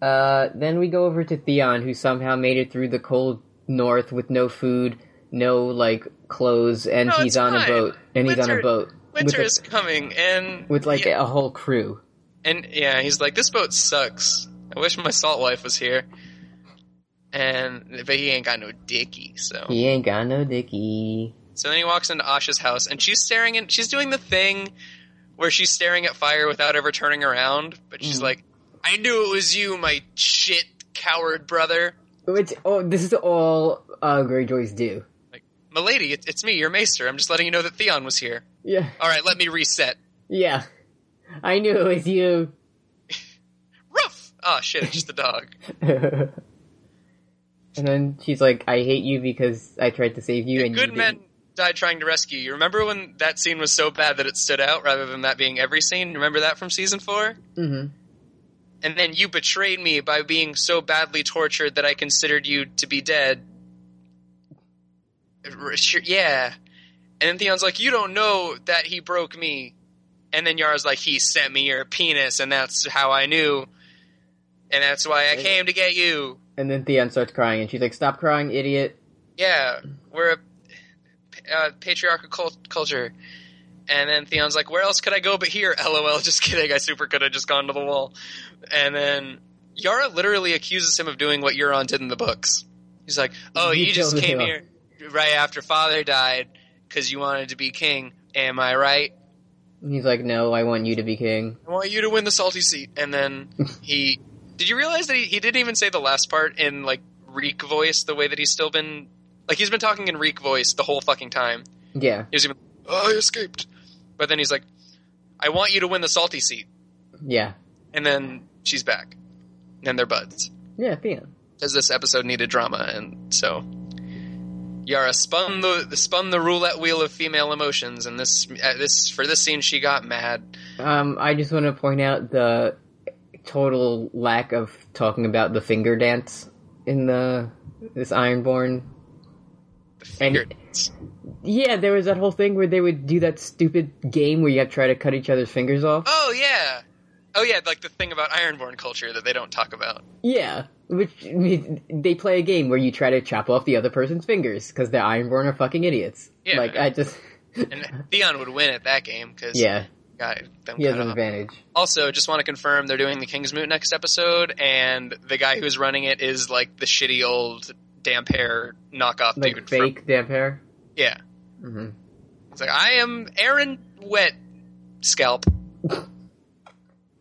S2: Uh, then we go over to Theon, who somehow made it through the cold north with no food, no like clothes, and
S3: No,
S2: he's
S3: it's
S2: on a
S3: fine.
S2: boat. And he's on a
S3: Winter-
S2: boat with,
S3: Winter
S2: a-
S3: is coming, and
S2: with like
S3: yeah,
S2: a whole crew.
S3: And yeah, he's like, "This boat sucks. I wish my salt wife was here." And but he ain't got no dicky, so
S2: He ain't got no dicky.
S3: so then he walks into Asha's house, and she's staring and she's doing the thing where she's staring at fire without ever turning around, but she's
S2: Mm.
S3: like, "I knew it was you, my shit coward brother."
S2: Which oh, this is all uh, Greyjoys do.
S3: Like, "Milady, it, it's me, your maester. I'm just letting you know that Theon was here.
S2: Yeah,
S3: All right, let me reset."
S2: yeah. I knew it was you.
S3: Ruff. Oh shit, it's just the dog.
S2: and then she's like, "I hate you because I tried to save you." And you
S3: good
S2: didn't."
S3: men die trying to rescue you. Remember when that scene was so bad that it stood out rather than that being every scene? Remember that from season four?
S2: Mhm.
S3: And then you betrayed me by being so badly tortured that I considered you to be dead. R- sure, Yeah. And then Theon's like, You don't know that he broke me. And then Yara's like, He sent me your penis, and that's how I knew. And that's why I came to get you.
S2: And then Theon starts crying, and she's like, "Stop crying, idiot."
S3: yeah, we're a uh, patriarchal cult- culture. And then Theon's like, where else could I go but here? LOL, just kidding. I super could have just gone to the wall. And then Yara literally accuses him of doing what Euron did in the books. He's like, oh,
S2: You
S3: you, just
S2: killed
S3: came
S2: Euron."
S3: here right after father died because you wanted to be king. Am I right?
S2: And He's like, "No, I want you to be king."
S3: I want you to win the salty seat. And then he. Did you realize that he, he didn't even say the last part in, like, Reek voice the way that he's still been. Like, he's been talking in Reek voice the whole fucking time.
S2: Yeah,
S3: He was even, oh, I escaped. But then he's like, I want you to win the salty seat.
S2: yeah,
S3: And then she's back. And then they're buds.
S2: yeah, Theon.
S3: Because this episode needed drama. And so Yara spun the spun the roulette wheel of female emotions. And this, uh, this for this scene, she got mad.
S2: Um, I just want to point out the total lack of talking about the finger dance in the this Ironborn. And-
S3: Finger dance.
S2: Yeah, there was that whole thing where they would do that stupid game where you have to try to cut each other's fingers off.
S3: Oh, yeah. Oh, yeah. Like the thing about Ironborn culture that they don't talk about.
S2: Yeah, which I mean, they play a game where you try to chop off the other person's fingers because the Ironborn are fucking idiots.
S3: Yeah.
S2: Like I just
S3: and Theon would win at that game because
S2: Yeah,
S3: got them
S2: he has
S3: cut
S2: an
S3: off.
S2: advantage.
S3: Also, just want to confirm they're doing the Kingsmoot next episode, and the guy who's running it is like the shitty old damp hair knockoff
S2: Like
S3: dude. from-
S2: fake damp hair.
S3: yeah,
S2: hmm
S3: it's like I am Aaron Wet Scalp.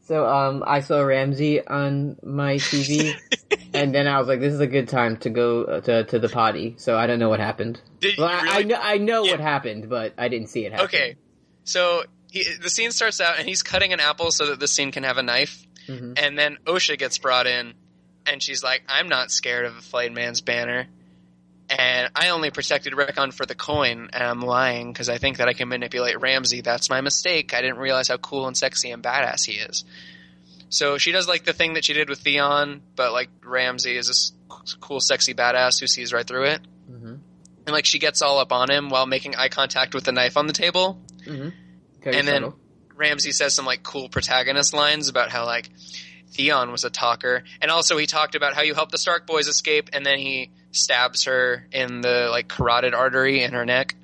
S2: So um, I saw Ramsey on my TV, and then I was like, "This is a good time to go uh, to to the potty." So I don't know what happened.
S3: Did you
S2: Well, I, I
S3: really-
S2: know I know
S3: Yeah.
S2: what happened, but I didn't see it happen.
S3: okay, so he, the scene starts out, and he's cutting an apple so that the scene can have a knife,
S2: Mhm.
S3: and then OSHA gets brought in, and she's like, "I'm not scared of a flayed man's banner." And I only protected Recon for the coin, and I'm lying because I think that I can manipulate Ramsey. That's my mistake. I didn't realize how cool and sexy and badass he is. So she does like the thing that she did with Theon, but like Ramsey is this cool, sexy badass who sees right through it.
S2: Mhm.
S3: And like she gets all up on him while making eye contact with the knife on the table.
S2: Mhm. Very
S3: And then-
S2: subtle.
S3: Ramsey says some like cool protagonist lines about how like Theon was a talker, and also he talked about how you helped the Stark boys escape, and then he stabs her in the like carotid artery in her neck,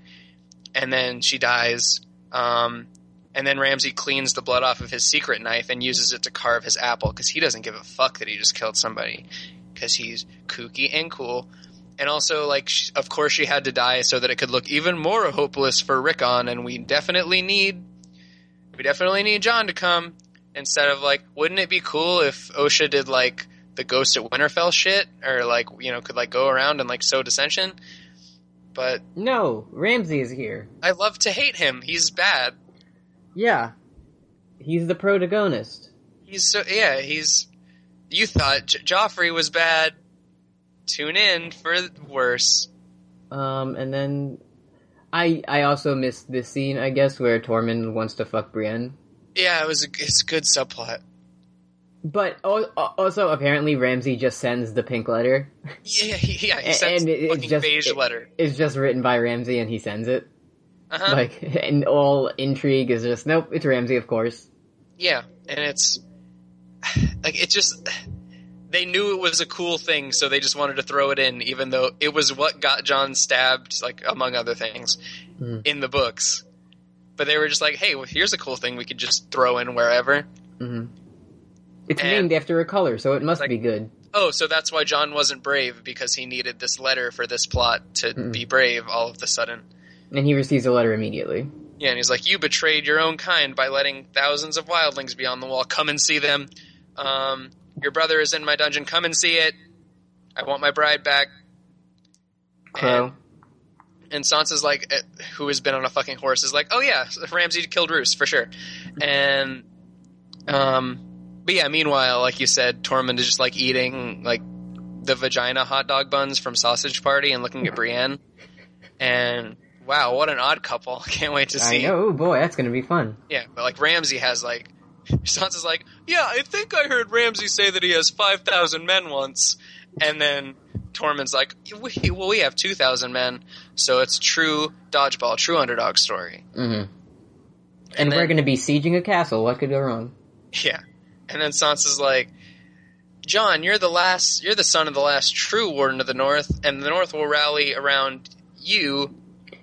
S3: and then she dies. Um, and then Ramsey cleans the blood off of his secret knife and uses it to carve his apple because he doesn't give a fuck that he just killed somebody because he's kooky and cool. And also, like, sh of course, she had to die so that it could look even more hopeless for Rickon, and we definitely need we definitely need John to come instead of like, wouldn't it be cool if OSHA did like the Ghost at Winterfell shit or like you know could like go around and like sow dissension? But
S2: no, Ramsey is here.
S3: I love to hate him. He's bad.
S2: Yeah, he's the protagonist.
S3: He's so yeah. He's you thought J- Joffrey was bad. Tune in for worse.
S2: Um, and then I I also missed this scene, I guess, where Tormund wants to fuck Brienne.
S3: Yeah, it was a, it's a good subplot.
S2: But al- al- also, apparently, Ramsey just sends the pink letter.
S3: Yeah, he, yeah. He
S2: A-
S3: sends
S2: and it-
S3: a
S2: it's
S3: fucking
S2: just-
S3: beige
S2: it-
S3: letter.
S2: It's just written by Ramsey, and he sends it.
S3: Uh-huh.
S2: Like, and all intrigue is just nope. It's Ramsey, of course.
S3: Yeah, and it's like it just they knew it was a cool thing, so they just wanted to throw it in, even though it was what got John stabbed, like among other things,
S2: Mhm.
S3: in the books. But they were just like, "Hey, well, here's a cool thing we could just throw in wherever."
S2: hmm It's
S3: And-
S2: named after a color, so it must
S3: Like-
S2: be good.
S3: Oh, so that's why John wasn't brave because he needed this letter for this plot to
S2: Mhm.
S3: be brave all of the sudden.
S2: And he receives a letter immediately.
S3: Yeah, and he's like, "You betrayed your own kind by letting thousands of wildlings be on the wall. Come and see them. Um, your brother is in my dungeon. Come and see it. I want my bride back."
S2: Crow.
S3: And, and Sansa's like, eh, who has been on a fucking horse, is like, "Oh yeah, Ramsay killed Roose for sure." And, um, but yeah, meanwhile, like you said, Tormund is just like eating like the vagina hot dog buns from Sausage Party and looking at Brienne. And wow, what an odd couple! Can't wait to
S2: I
S3: see.
S2: know. Oh boy, that's gonna be fun.
S3: Yeah, but like Ramsey has like Sansa's like, yeah, I think I heard Ramsey say that he has five thousand men once, and then Tormund's like, we, well, we have two thousand men, so it's true dodgeball, true underdog story.
S2: hmm And,
S3: then-
S2: we're gonna be sieging a castle. What could go wrong?
S3: Yeah, and then Sansa's like, John, you're the last, you're the son of the last true warden of the North, and the North will rally around you,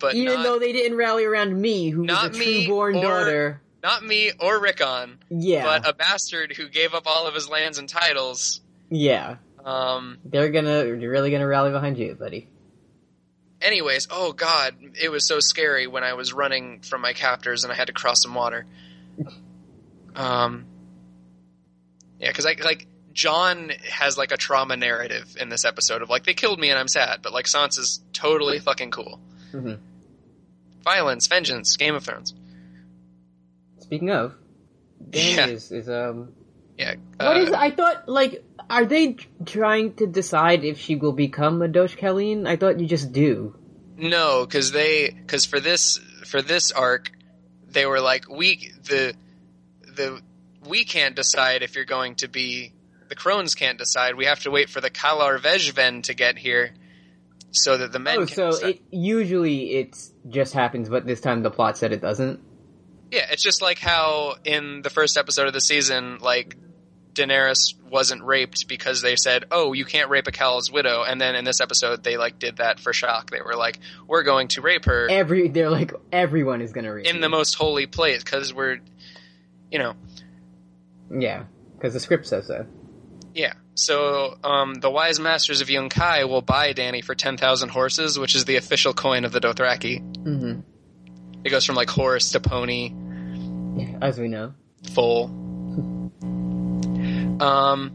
S3: but
S2: Even
S3: not,
S2: though they didn't rally around me, who was a
S3: Not me,
S2: true born
S3: or-
S2: daughter.
S3: not me or Rickon,
S2: Yeah,
S3: but uh, a bastard who gave up all of his lands and titles.
S2: yeah.
S3: Um,
S2: They're gonna, they're really gonna rally behind you, buddy.
S3: anyways, oh god, it was so scary when I was running from my captors and I had to cross some water. Um, yeah, because I like John has like a trauma narrative in this episode of like they killed me and I'm sad, but like Sansa's totally fucking cool.
S2: Mhm.
S3: Violence, vengeance, Game of Thrones.
S2: Speaking of, Danny
S3: Yeah.
S2: is, is um.
S3: Yeah.
S2: what
S3: uh,
S2: is? I thought like, are they t- trying to decide if she will become a Doge Kaline? I thought you just do.
S3: No, because they because for this for this arc, they were like we the the we can't decide if you're going to be the crones can't decide. We have to wait for the Kalar Vejven to get here, so that the men.
S2: oh,
S3: can
S2: so
S3: decide.
S2: it usually it's just happens, but this time the plot said it doesn't.
S3: yeah, it's just like how in the first episode of the season, like Daenerys wasn't raped because they said, "Oh, you can't rape a Cal's widow," and then in this episode they like did that for shock. They were like, "We're going to rape her
S2: Every they're like everyone is gonna read
S3: in the most holy place because we're, you know,
S2: yeah because the script says so.
S3: yeah." So um, the wise masters of Yunkai will buy Danny for ten thousand horses, which is the official coin of the Dothraki.
S2: hmm
S3: It goes from like horse to pony.
S2: Yeah, as we know.
S3: full. Um,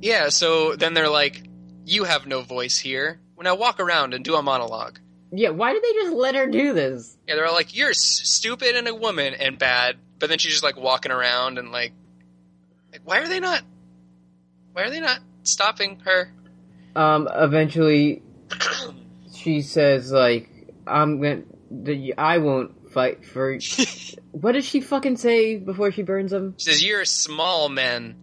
S3: yeah, so then they're like, You have no voice here. Well, now walk around and do a monologue.
S2: Yeah, why did they just let her do this?
S3: Yeah, they're all like, You're s- stupid and a woman and bad. But then she's just like walking around and like, like Why are they not? Why are they not stopping her?
S2: Um, eventually, she says like, "I'm going. to I won't fight for." what does she fucking say before she burns him?
S3: She says, You're small men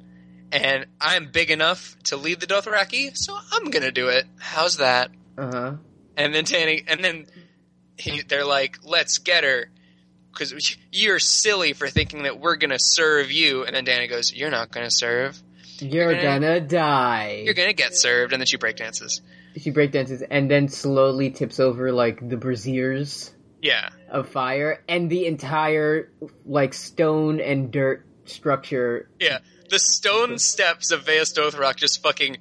S3: and I'm big enough to lead the Dothraki, so I'm gonna do it. How's that?
S2: Uh huh.
S3: And then Danny, and then he, they're like, "Let's get her," because you're silly for thinking that we're gonna serve you. And then Danny goes, "You're not gonna serve.
S2: You're
S3: gonna-
S2: gonna die.
S3: You're gonna get served." And then she breakdances.
S2: she breakdances and then slowly tips over like the braziers
S3: Yeah,
S2: of fire and the entire like stone and dirt structure
S3: yeah. The stone steps of Veas Dothrak just fucking.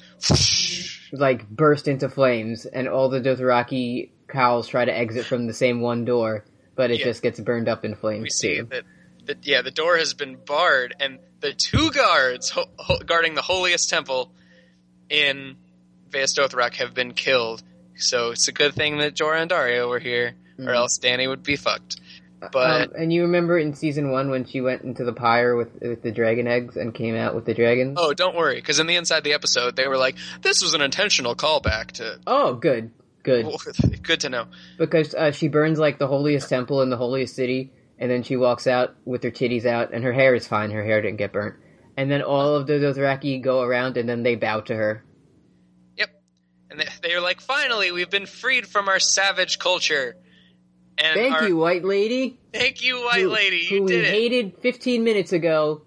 S2: like burst into flames and all the Dothraki cows try to exit from the same one door, but it
S3: Yeah.
S2: just gets burned up in flames
S3: We see
S2: too.
S3: that, that yeah, the door has been barred, and the two guards ho- ho- guarding the holiest temple in Veas Dothrak have been killed. So it's a good thing that Jorah and Dario were here, or
S2: Mhm.
S3: else Danny would be fucked. But
S2: Um, and you remember in season one when she went into the pyre with with the dragon eggs and came out with the dragons?
S3: Oh, don't worry, because in the inside the episode, they were like, "This was an intentional callback to."
S2: Oh, good, good,
S3: Good to know.
S2: because uh, she burns like the holiest temple in the holiest city, and then she walks out with her titties out, and her hair is fine. Her hair didn't get burnt. And then all of the Dothraki go around, and then they bow to her.
S3: Yep, and they, they were like, "Finally, we've been freed from our savage culture." And
S2: Thank
S3: our-
S2: you, white lady.
S3: thank you, white
S2: who-
S3: lady.
S2: who
S3: You did
S2: we
S3: it.
S2: hated 15 minutes ago,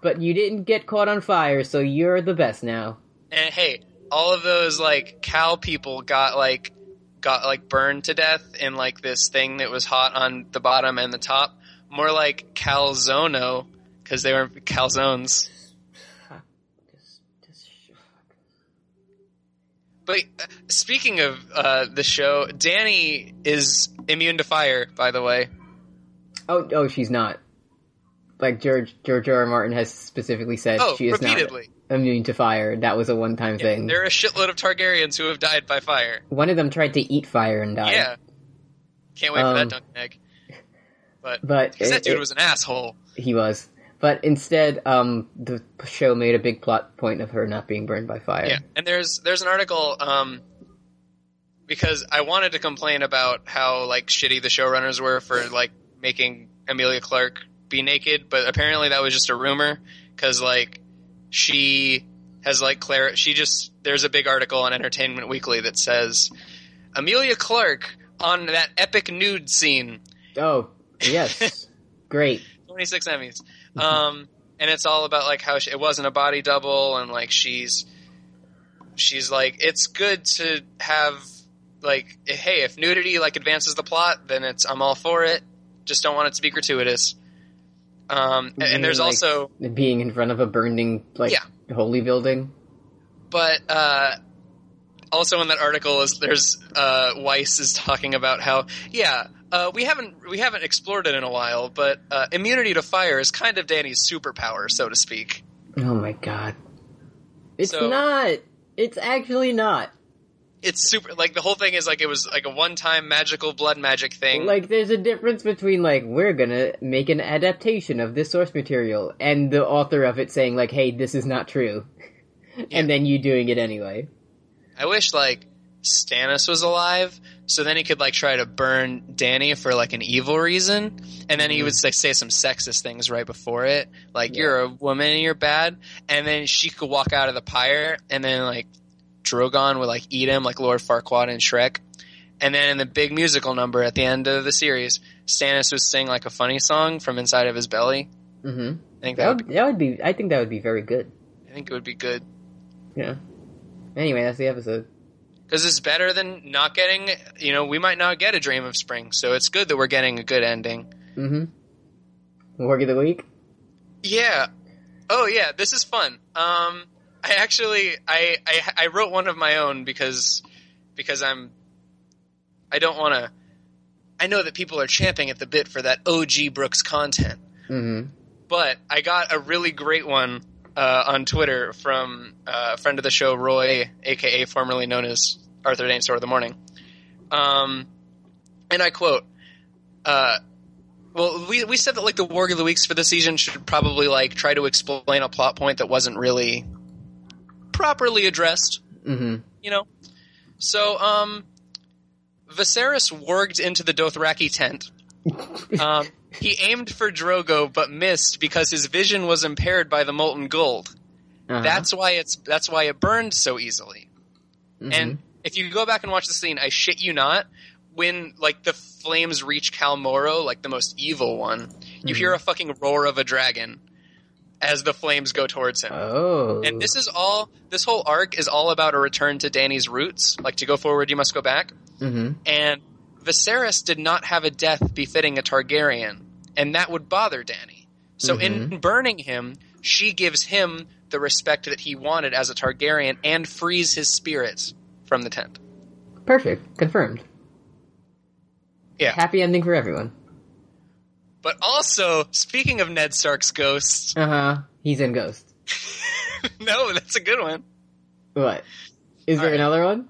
S2: but you didn't get caught on fire, so you're the best now.
S3: And hey, all of those like cow people got like got like burned to death in like this thing that was hot on the bottom and the top, more like calzono because they were calzones. But uh, speaking of uh, the show, Danny is immune to fire. By the way,
S2: Oh, oh, she's not. Like George George R. R. Martin has specifically said,
S3: Oh,
S2: she is
S3: repeatedly.
S2: not immune to fire. That was a one-time thing.
S3: there are a shitload of Targaryens who have died by fire.
S2: One of them tried to eat fire and died.
S3: Yeah, can't wait
S2: Um,
S3: for that Duncan egg. But,
S2: but
S3: 'cause that
S2: it-
S3: dude
S2: it-
S3: was an asshole.
S2: He was. But instead, um, the show made a big plot point of her not being burned by fire.
S3: Yeah, and there's there's an article um, because I wanted to complain about how like shitty the showrunners were for like making Amelia Clark be naked, but apparently that was just a rumor because like she has like Claire. She just there's a big article on Entertainment Weekly that says Amelia Clark on that epic nude scene,
S2: Oh, yes. Great.
S3: 26 Emmys, um, and it's all about like how she, it wasn't a body double and like she's she's like it's good to have like hey if nudity like advances the plot then it's i'm all for it just don't want it to be gratuitous um and, and there's
S2: Like,
S3: also
S2: being in front of a burning like
S3: Yeah.
S2: holy building.
S3: but uh also in that article is there's uh weiss is talking about how yeah uh, we haven't we haven't explored it in a while, but uh, immunity to fire is kind of Danny's superpower, so to speak.
S2: Oh my god. It's
S3: So-
S2: not. It's actually not.
S3: It's super like the whole thing is like it was like a one time magical blood magic thing.
S2: Like there's a difference between like we're going to make an adaptation of this source material and the author of it saying like hey this is not true.
S3: Yeah.
S2: and then you doing it anyway.
S3: I wish like Stannis was alive, so then he could like try to burn Danny for like an evil reason, and then he would like say some sexist things right before it, like
S2: Yeah.
S3: "you're a woman, and you're bad," and then she could walk out of the pyre, and then like Drogon would like eat him, like Lord Farquaad and Shrek, and then in the big musical number at the end of the series, Stannis would sing like a funny song from inside of his belly,
S2: Mhm.
S3: I think
S2: That
S3: that would,
S2: would, that would be. I think that would be very good.
S3: I think it would be good
S2: Yeah. Anyway, that's the episode.
S3: because it's better than not getting. You know, we might not get a Dream of Spring, so it's good that we're getting a good ending.
S2: Mm-hmm. Work of the week.
S3: Yeah. Oh yeah, this is fun. Um, I actually I, I I wrote one of my own because because I'm I don't want to. I know that people are champing at the bit for that OG Brooks content.
S2: Mm-hmm.
S3: but I got a really great one uh, on Twitter from uh, a friend of the show, Roy, aka formerly known as Arthur Dane Store of the Morning. Um, and I quote, uh, well, we, we said that like the Warg of the Weeks for the season should probably like try to explain a plot point that wasn't really properly addressed
S2: Mm-hmm.
S3: you know. So, um, Viserys warged into the Dothraki tent. Um, he aimed for Drogo but missed because his vision was impaired by the molten gold.
S2: Uh-huh.
S3: That's why it's that's why it burned so easily.
S2: Mhm.
S3: And if you go back and watch the scene, I shit you not, when like the flames reach Calmoro, like the most evil one, you hear a fucking roar of a dragon as the flames go towards him.
S2: oh,
S3: And this is all this whole arc is all about a return to Danny's roots. Like to go forward you must go back.
S2: hmm
S3: And Viserys did not have a death befitting a Targaryen, and that would bother Danny. So in burning him, she gives him the respect that he wanted as a Targaryen and frees his spirit from the tent.
S2: perfect, confirmed.
S3: Yeah.
S2: Happy ending for everyone.
S3: But also, speaking of Ned Stark's ghost,
S2: Uh huh. He's in Ghost.
S3: no, that's a good one.
S2: What? Is there
S3: Alright.
S2: another one?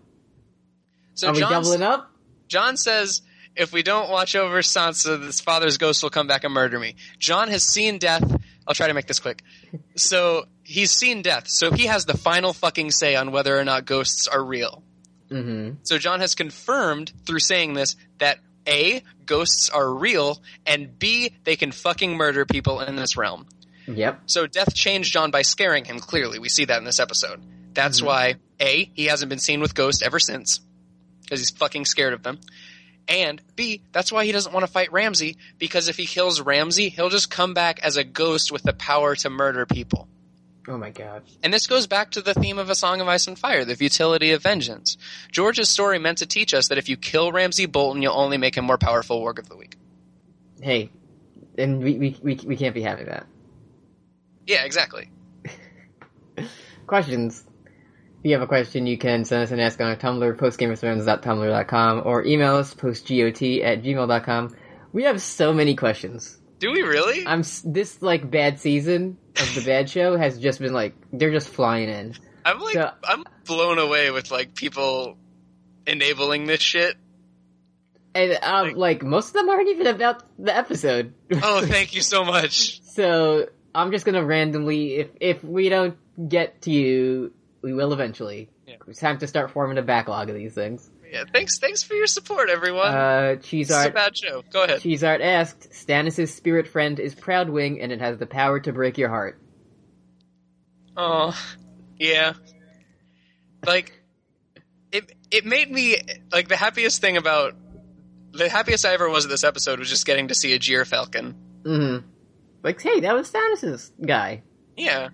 S3: So
S2: Are we
S3: Jon
S2: doubling up?
S3: John says, if we don't watch over Sansa, this father's ghost will come back and murder me. John has seen death. I'll try to make this quick. So he's seen death. So he has the final fucking say on whether or not ghosts are real.
S2: Mm-hmm.
S3: So John has confirmed through saying this that A, ghosts are real, and B, they can fucking murder people in this realm.
S2: Yep.
S3: So death changed John by scaring him, clearly. We see that in this episode. That's why, A, he hasn't been seen with Ghost ever since, because he's fucking scared of them. And B, that's why he doesn't want to fight Ramsey, because if he kills Ramsey, he'll just come back as a ghost with the power to murder people.
S2: Oh my god.
S3: And this goes back to the theme of A Song of Ice and Fire, the futility of vengeance. George's story meant to teach us that if you kill Ramsey Bolton, you'll only make him more powerful Warg of the Week.
S2: Hey, and we we we, we can't be having that.
S3: Yeah, exactly.
S2: questions. If you have a question, you can send us an ask on our Tumblr, postgamersfriends.tumblr.com, or email us, postgot at gmail.com. We have so many questions.
S3: Do we really?
S2: I'm s- this like bad season of the bad show has just been like they're just flying in.
S3: I'm like
S2: So-
S3: I'm blown away with like people enabling this shit.
S2: And um, like most of them aren't even about the episode.
S3: Oh, thank you so much.
S2: so I'm just gonna randomly if if we don't get to you, we will eventually.
S3: Yeah.
S2: It's time to start forming a backlog of these things.
S3: Yeah, thanks thanks for your support, everyone.
S2: Uh,
S3: this is a
S2: Cheeseart
S3: bad show. Go ahead.
S2: Cheezart asked, Stannis' spirit friend is Proudwing and it has the power to break your heart.
S3: Oh, yeah. Like it it made me like the happiest thing about the happiest I ever was at this episode was just getting to see a Jeer Falcon.
S2: Mm-hmm. Like, hey, that was Stannis' guy.
S3: Yeah.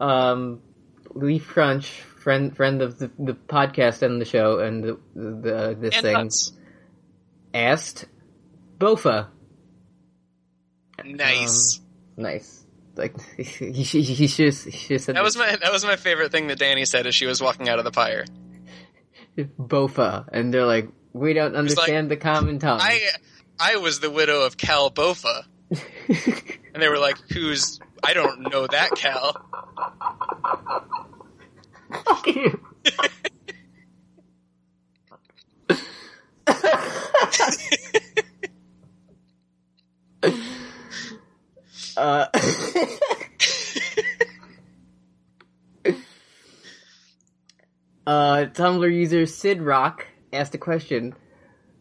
S2: Um, Leaf Crunch, friend friend of the, the podcast and the show and the, the this
S3: And uh,
S2: thing,
S3: nuts.
S2: asked, Bofa.
S3: Nice.
S2: Nice. Like, he, sh- he, should, he should have said
S3: that was my that was my favorite thing that Danny said as she was walking out of the pyre.
S2: Bofa. And they're like, we don't
S3: was like,
S2: understand the common tongue.
S3: I I was the widow of Cal Bofa. And they were like, who's. I don't know that Cal.
S2: Fuck you. uh, uh, Tumblr user Sid Rock asked a question.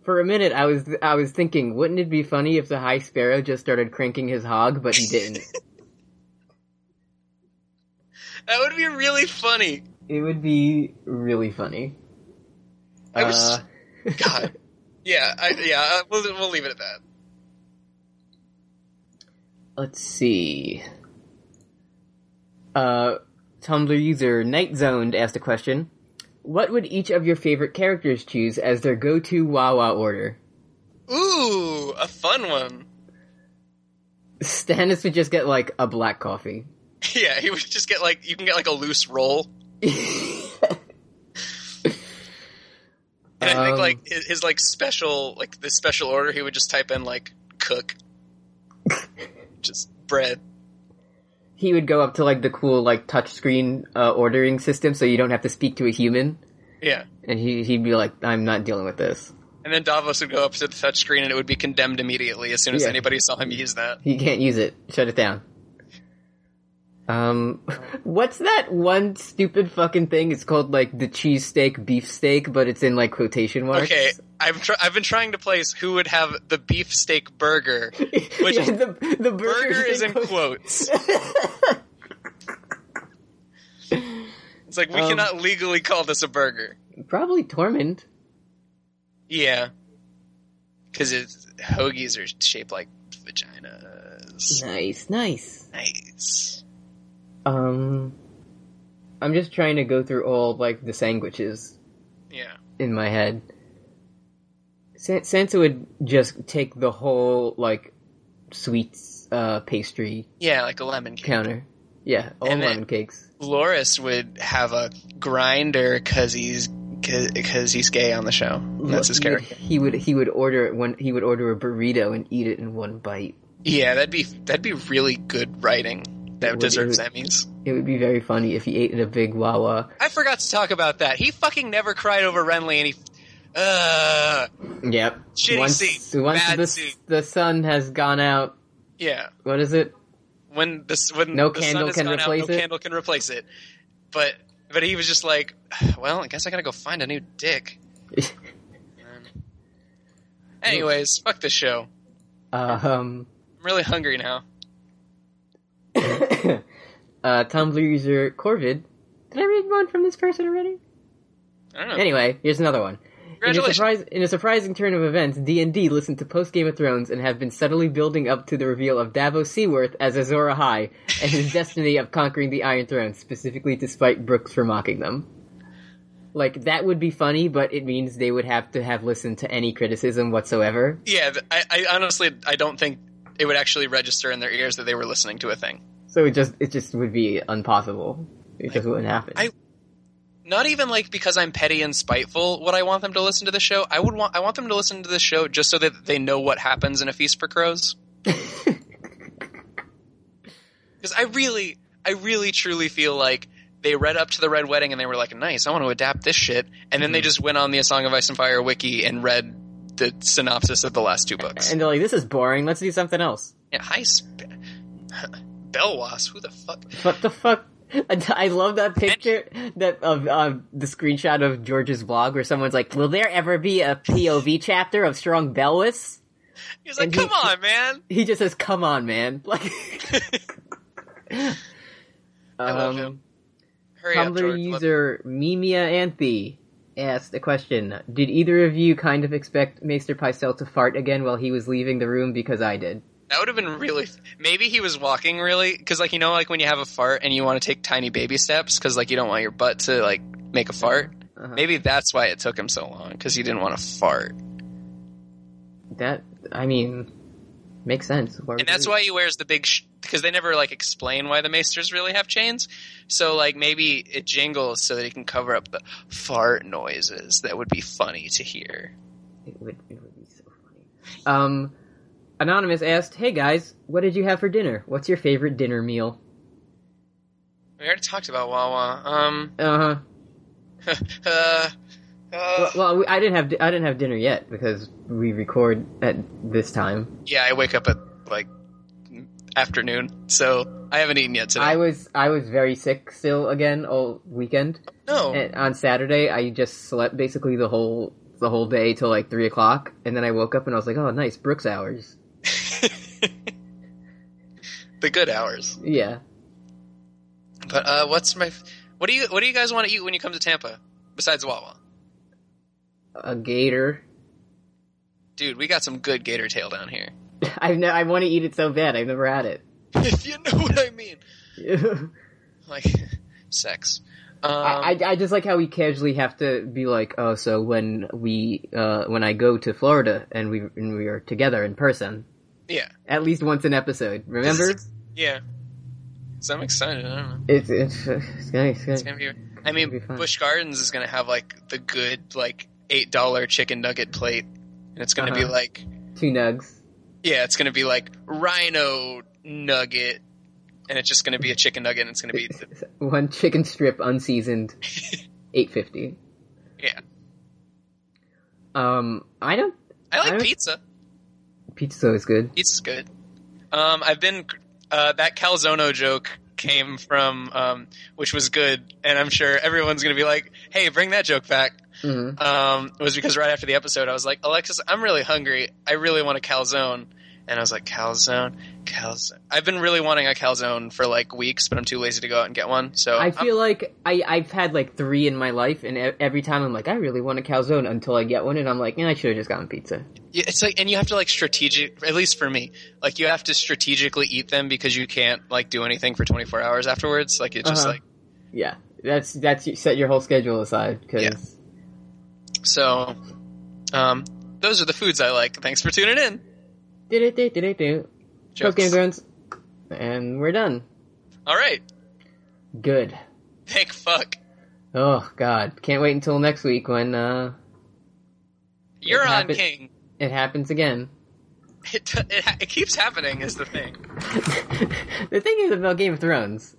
S2: For a minute, I was I was thinking, wouldn't it be funny if the High Sparrow just started cranking his hog, but he didn't.
S3: That would be really funny.
S2: it would be really funny.
S3: I
S2: Uh,
S3: was- God. Yeah, I, yeah, uh, we'll, we'll leave it at that.
S2: Let's see. Uh, Tumblr user Night Zoned asked a question. What would each of your favorite characters choose as their go-to Wawa order?
S3: Ooh, a fun one.
S2: Stannis would just get like a black coffee.
S3: Yeah, he would just get like you can get like a loose roll, and I think
S2: Um,
S3: like his, his like special like the special order he would just type in like cook, just bread.
S2: he would go up to like the cool like touchscreen uh, ordering system, so you don't have to speak to a human.
S3: Yeah,
S2: And he he'd be like, "I'm not dealing with this.
S3: and then Davos would go up to the touchscreen and it would be condemned immediately as soon as
S2: Yeah.
S3: anybody saw him use that.
S2: He can't use it. Shut it down." Um, what's that one stupid fucking thing? It's called like the cheesesteak beefsteak, but it's in like quotation marks.
S3: Okay, I've tr- I've been trying to place who would have the beefsteak burger. Which-
S2: Yeah, the the
S3: Burger is in
S2: quote-
S3: quotes. it's like we
S2: Um,
S3: cannot legally call this a burger.
S2: probably Tormund.
S3: Yeah, because hoagies are shaped like vaginas.
S2: Nice, nice.
S3: Nice.
S2: Um, I'm just trying to go through all like the sandwiches
S3: Yeah.
S2: in my head. San- Sansa would just take the whole like sweets uh, pastry
S3: Yeah, like a lemon cake.
S2: counter. Yeah, all
S3: And then-
S2: lemon cakes.
S3: Loris would have a grinder because he's because he's gay on the show. That's his
S2: He would-
S3: character.
S2: He would he would order it when he would order a burrito and eat it in one bite.
S3: Yeah, that'd be that'd be really good writing.
S2: It
S3: That
S2: would-
S3: deserves
S2: it
S3: Emmys.
S2: It would be very funny if he ate in a big Wawa.
S3: I forgot to talk about that. He fucking never cried over Renly, and he. Uh,
S2: Yep.
S3: Shitty
S2: once,
S3: scene.
S2: Once
S3: Bad
S2: the
S3: scene.
S2: the sun has gone out.
S3: yeah.
S2: What is it?
S3: When this when
S2: No
S3: the
S2: candle
S3: sun has
S2: can
S3: gone
S2: replace
S3: out, no
S2: it?
S3: candle can replace it. But but he was just like, well, I guess I gotta go find a new dick. Anyways, fuck this show.
S2: um.
S3: I'm really hungry now.
S2: uh, Tumblr user Corvid. Did I read one from this person already?
S3: I don't know.
S2: Anyway, here's another one. In a,
S3: Congratulations.
S2: surprise, in a surprising turn of events, D&D listened to post Game of Thrones and have been subtly building up to the reveal of Davos Seaworth as Azora High and his destiny of conquering the Iron Throne, specifically to spite Brooks for mocking them. Like that would be funny, but it means they would have to have listened to any criticism whatsoever.
S3: yeah, th- I, I honestly I don't think it would actually register in their ears that they were listening to a thing.
S2: So it just it just would be impossible. It just wouldn't happen.
S3: I- not even like because I'm petty and spiteful would I want them to listen to the show. I would want I want them to listen to the show just so that they know what happens in a feast for crows. Because I really, I really, truly feel like they read up to the Red Wedding and they were like, "Nice, I want to adapt this shit," and then they just went on the A Song of Ice and Fire wiki and read the synopsis of the last two books.
S2: and they're like, "This is boring. Let's do something else."
S3: yeah, hi, sp- Belwas, who the fuck?
S2: What the fuck? I I love that picture that of of the screenshot of George's blog where someone's like, "Will there ever be a POV chapter of Strong Bellis?"
S3: He's like,
S2: And he-
S3: "Come on, man."
S2: He just says, "Come on, man!" Like,
S3: I love
S2: Um,
S3: him. Hurry up,
S2: Tumblr
S3: George. Let-
S2: user Mimia Anthe asked a question: Did either of you kind of expect Maester Pycelle to fart again while he was leaving the room? Because I did.
S3: That would have been really. Maybe he was walking really because, like, you know, like when you have a fart and you want to take tiny baby steps because, like, you don't want your butt to like make a fart.
S2: Uh-huh.
S3: Maybe that's why it took him so long because he didn't want to fart,
S2: That I mean, makes sense. Why would
S3: and that's
S2: you-
S3: why he wears the big. Because they never like explain why the maesters really have chains. So, like, maybe it jingles so that he can cover up the fart noises. That would be funny to hear.
S2: It would, it would be so funny. Um, Anonymous asked, "Hey guys, what did you have for dinner? What's your favorite dinner meal?"
S3: We already talked about Wawa. Um.
S2: Uh
S3: uh, uh,
S2: huh. Well, we- I didn't have di- I didn't have dinner yet because we record at this time.
S3: Yeah, I wake up at like afternoon, so I haven't eaten yet today.
S2: I was I was very sick still again all weekend.
S3: no,
S2: And on Saturday, I just slept basically the whole the whole day till like three o'clock, and then I woke up and I was like, "Oh, nice Brooks hours."
S3: the good hours.
S2: Yeah.
S3: But uh, what's my? What do you What do you guys want to eat when you come to Tampa? Besides Wawa,
S2: A gator.
S3: dude, we got some good gator tail down here.
S2: I know I want to eat it so bad. I've never had it.
S3: if you know what I mean. Like, sex. Um,
S2: I, I I just like how we casually have to be like, oh, so when we uh when I go to Florida and we and we are together in person
S3: yeah,
S2: at least once an episode. Remember?
S3: yeah. So I'm excited. I don't know.
S2: it's it's, uh, it's gonna, it's gonna-
S3: It's gonna be. I mean,
S2: It'll be fun.
S3: Busch Gardens is gonna have like the good like eight dollar chicken nugget plate, and it's gonna be
S2: Uh-huh.
S3: like
S2: two nugs.
S3: yeah, it's gonna be like rhino nugget, and it's just gonna be a chicken nugget, and it's gonna be the,
S2: One chicken strip unseasoned, eight fifty.
S3: yeah.
S2: Um, I don't.
S3: I like
S2: I-
S3: pizza.
S2: Pizza's always good.
S3: Pizza's good. Um, I've been uh, that calzono joke came from um, which was good, and I'm sure everyone's gonna be like, hey, bring that joke back.
S2: Mhm.
S3: um, was because right after the episode, I was like, Alexis, I'm really hungry. I really want a calzone. And I was like, calzone, calzone. I've been really wanting a calzone for like weeks, but I'm too lazy to go out and get one. So
S2: I
S3: Uh, I'm-
S2: feel like I I've had like three in my life, and e- every time I'm like, I really want a calzone until I get one, and I'm like, yeah, I should have just gotten pizza.
S3: Yeah, it's like, and you have to like strategic, at least for me, like you have to strategically eat them because you can't like do anything for 24 hours afterwards. Like it's just
S2: Uh-huh.
S3: like,
S2: Yeah, that's that's you set your whole schedule aside because
S3: Yeah. so, um, those are the foods I like. Thanks for tuning in.
S2: did it, did it, did
S3: Jokes.
S2: Game Grunts, and we're done.
S3: All right.
S2: Good.
S3: Thank fuck.
S2: Oh God, can't wait until next week when uh
S3: You're on
S2: happened-
S3: king.
S2: it happens again.
S3: It, t- it, ha- it keeps happening is the thing.
S2: the thing is about Game of Thrones.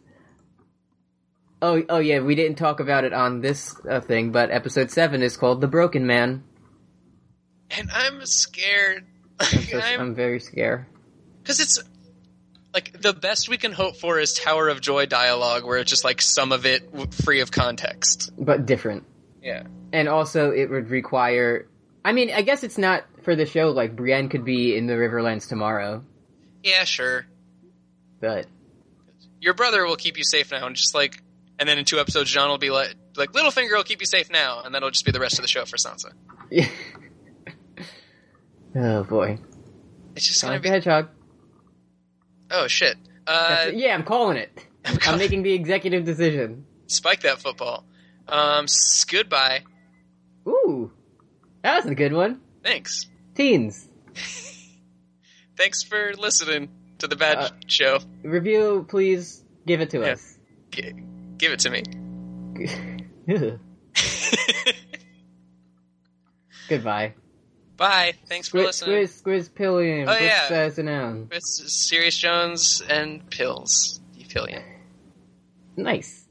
S2: Oh, oh yeah, we didn't talk about it on this uh, thing, but episode seven is called "The Broken Man."
S3: and I'm scared.
S2: So I'm very scared.
S3: Because it's like the best we can hope for is Tower of Joy dialogue, where it's just like some of it w- free of context.
S2: but different.
S3: Yeah,
S2: And also, it would require. I mean, I guess it's not for the show. Like Brienne could be in the Riverlands tomorrow,
S3: yeah, sure.
S2: but
S3: Your brother will keep you safe now, and just like, and then in two episodes, John will be like, like Littlefinger will keep you safe now, and that'll just be the rest of the show for Sansa.
S2: oh boy,
S3: It's just gonna
S2: Sonic the
S3: be
S2: Hedgehog.
S3: oh shit. Uh,
S2: That's- yeah, I'm calling it. I'm making the executive decision.
S3: spike that football. Um, s- goodbye.
S2: Ooh, that was a good one.
S3: Thanks.
S2: Teens
S3: Thanks for listening to the bad
S2: Uh,
S3: show.
S2: review, please give it to
S3: Yeah.
S2: us.
S3: G- give it to me.
S2: Goodbye.
S3: Bye. Thanks for
S2: Squiz,
S3: listening.
S2: squiz, squiz, pillion.
S3: Oh, yeah.
S2: Says a noun.
S3: E It's Sirius Jones and pills. You pillion.
S2: Nice.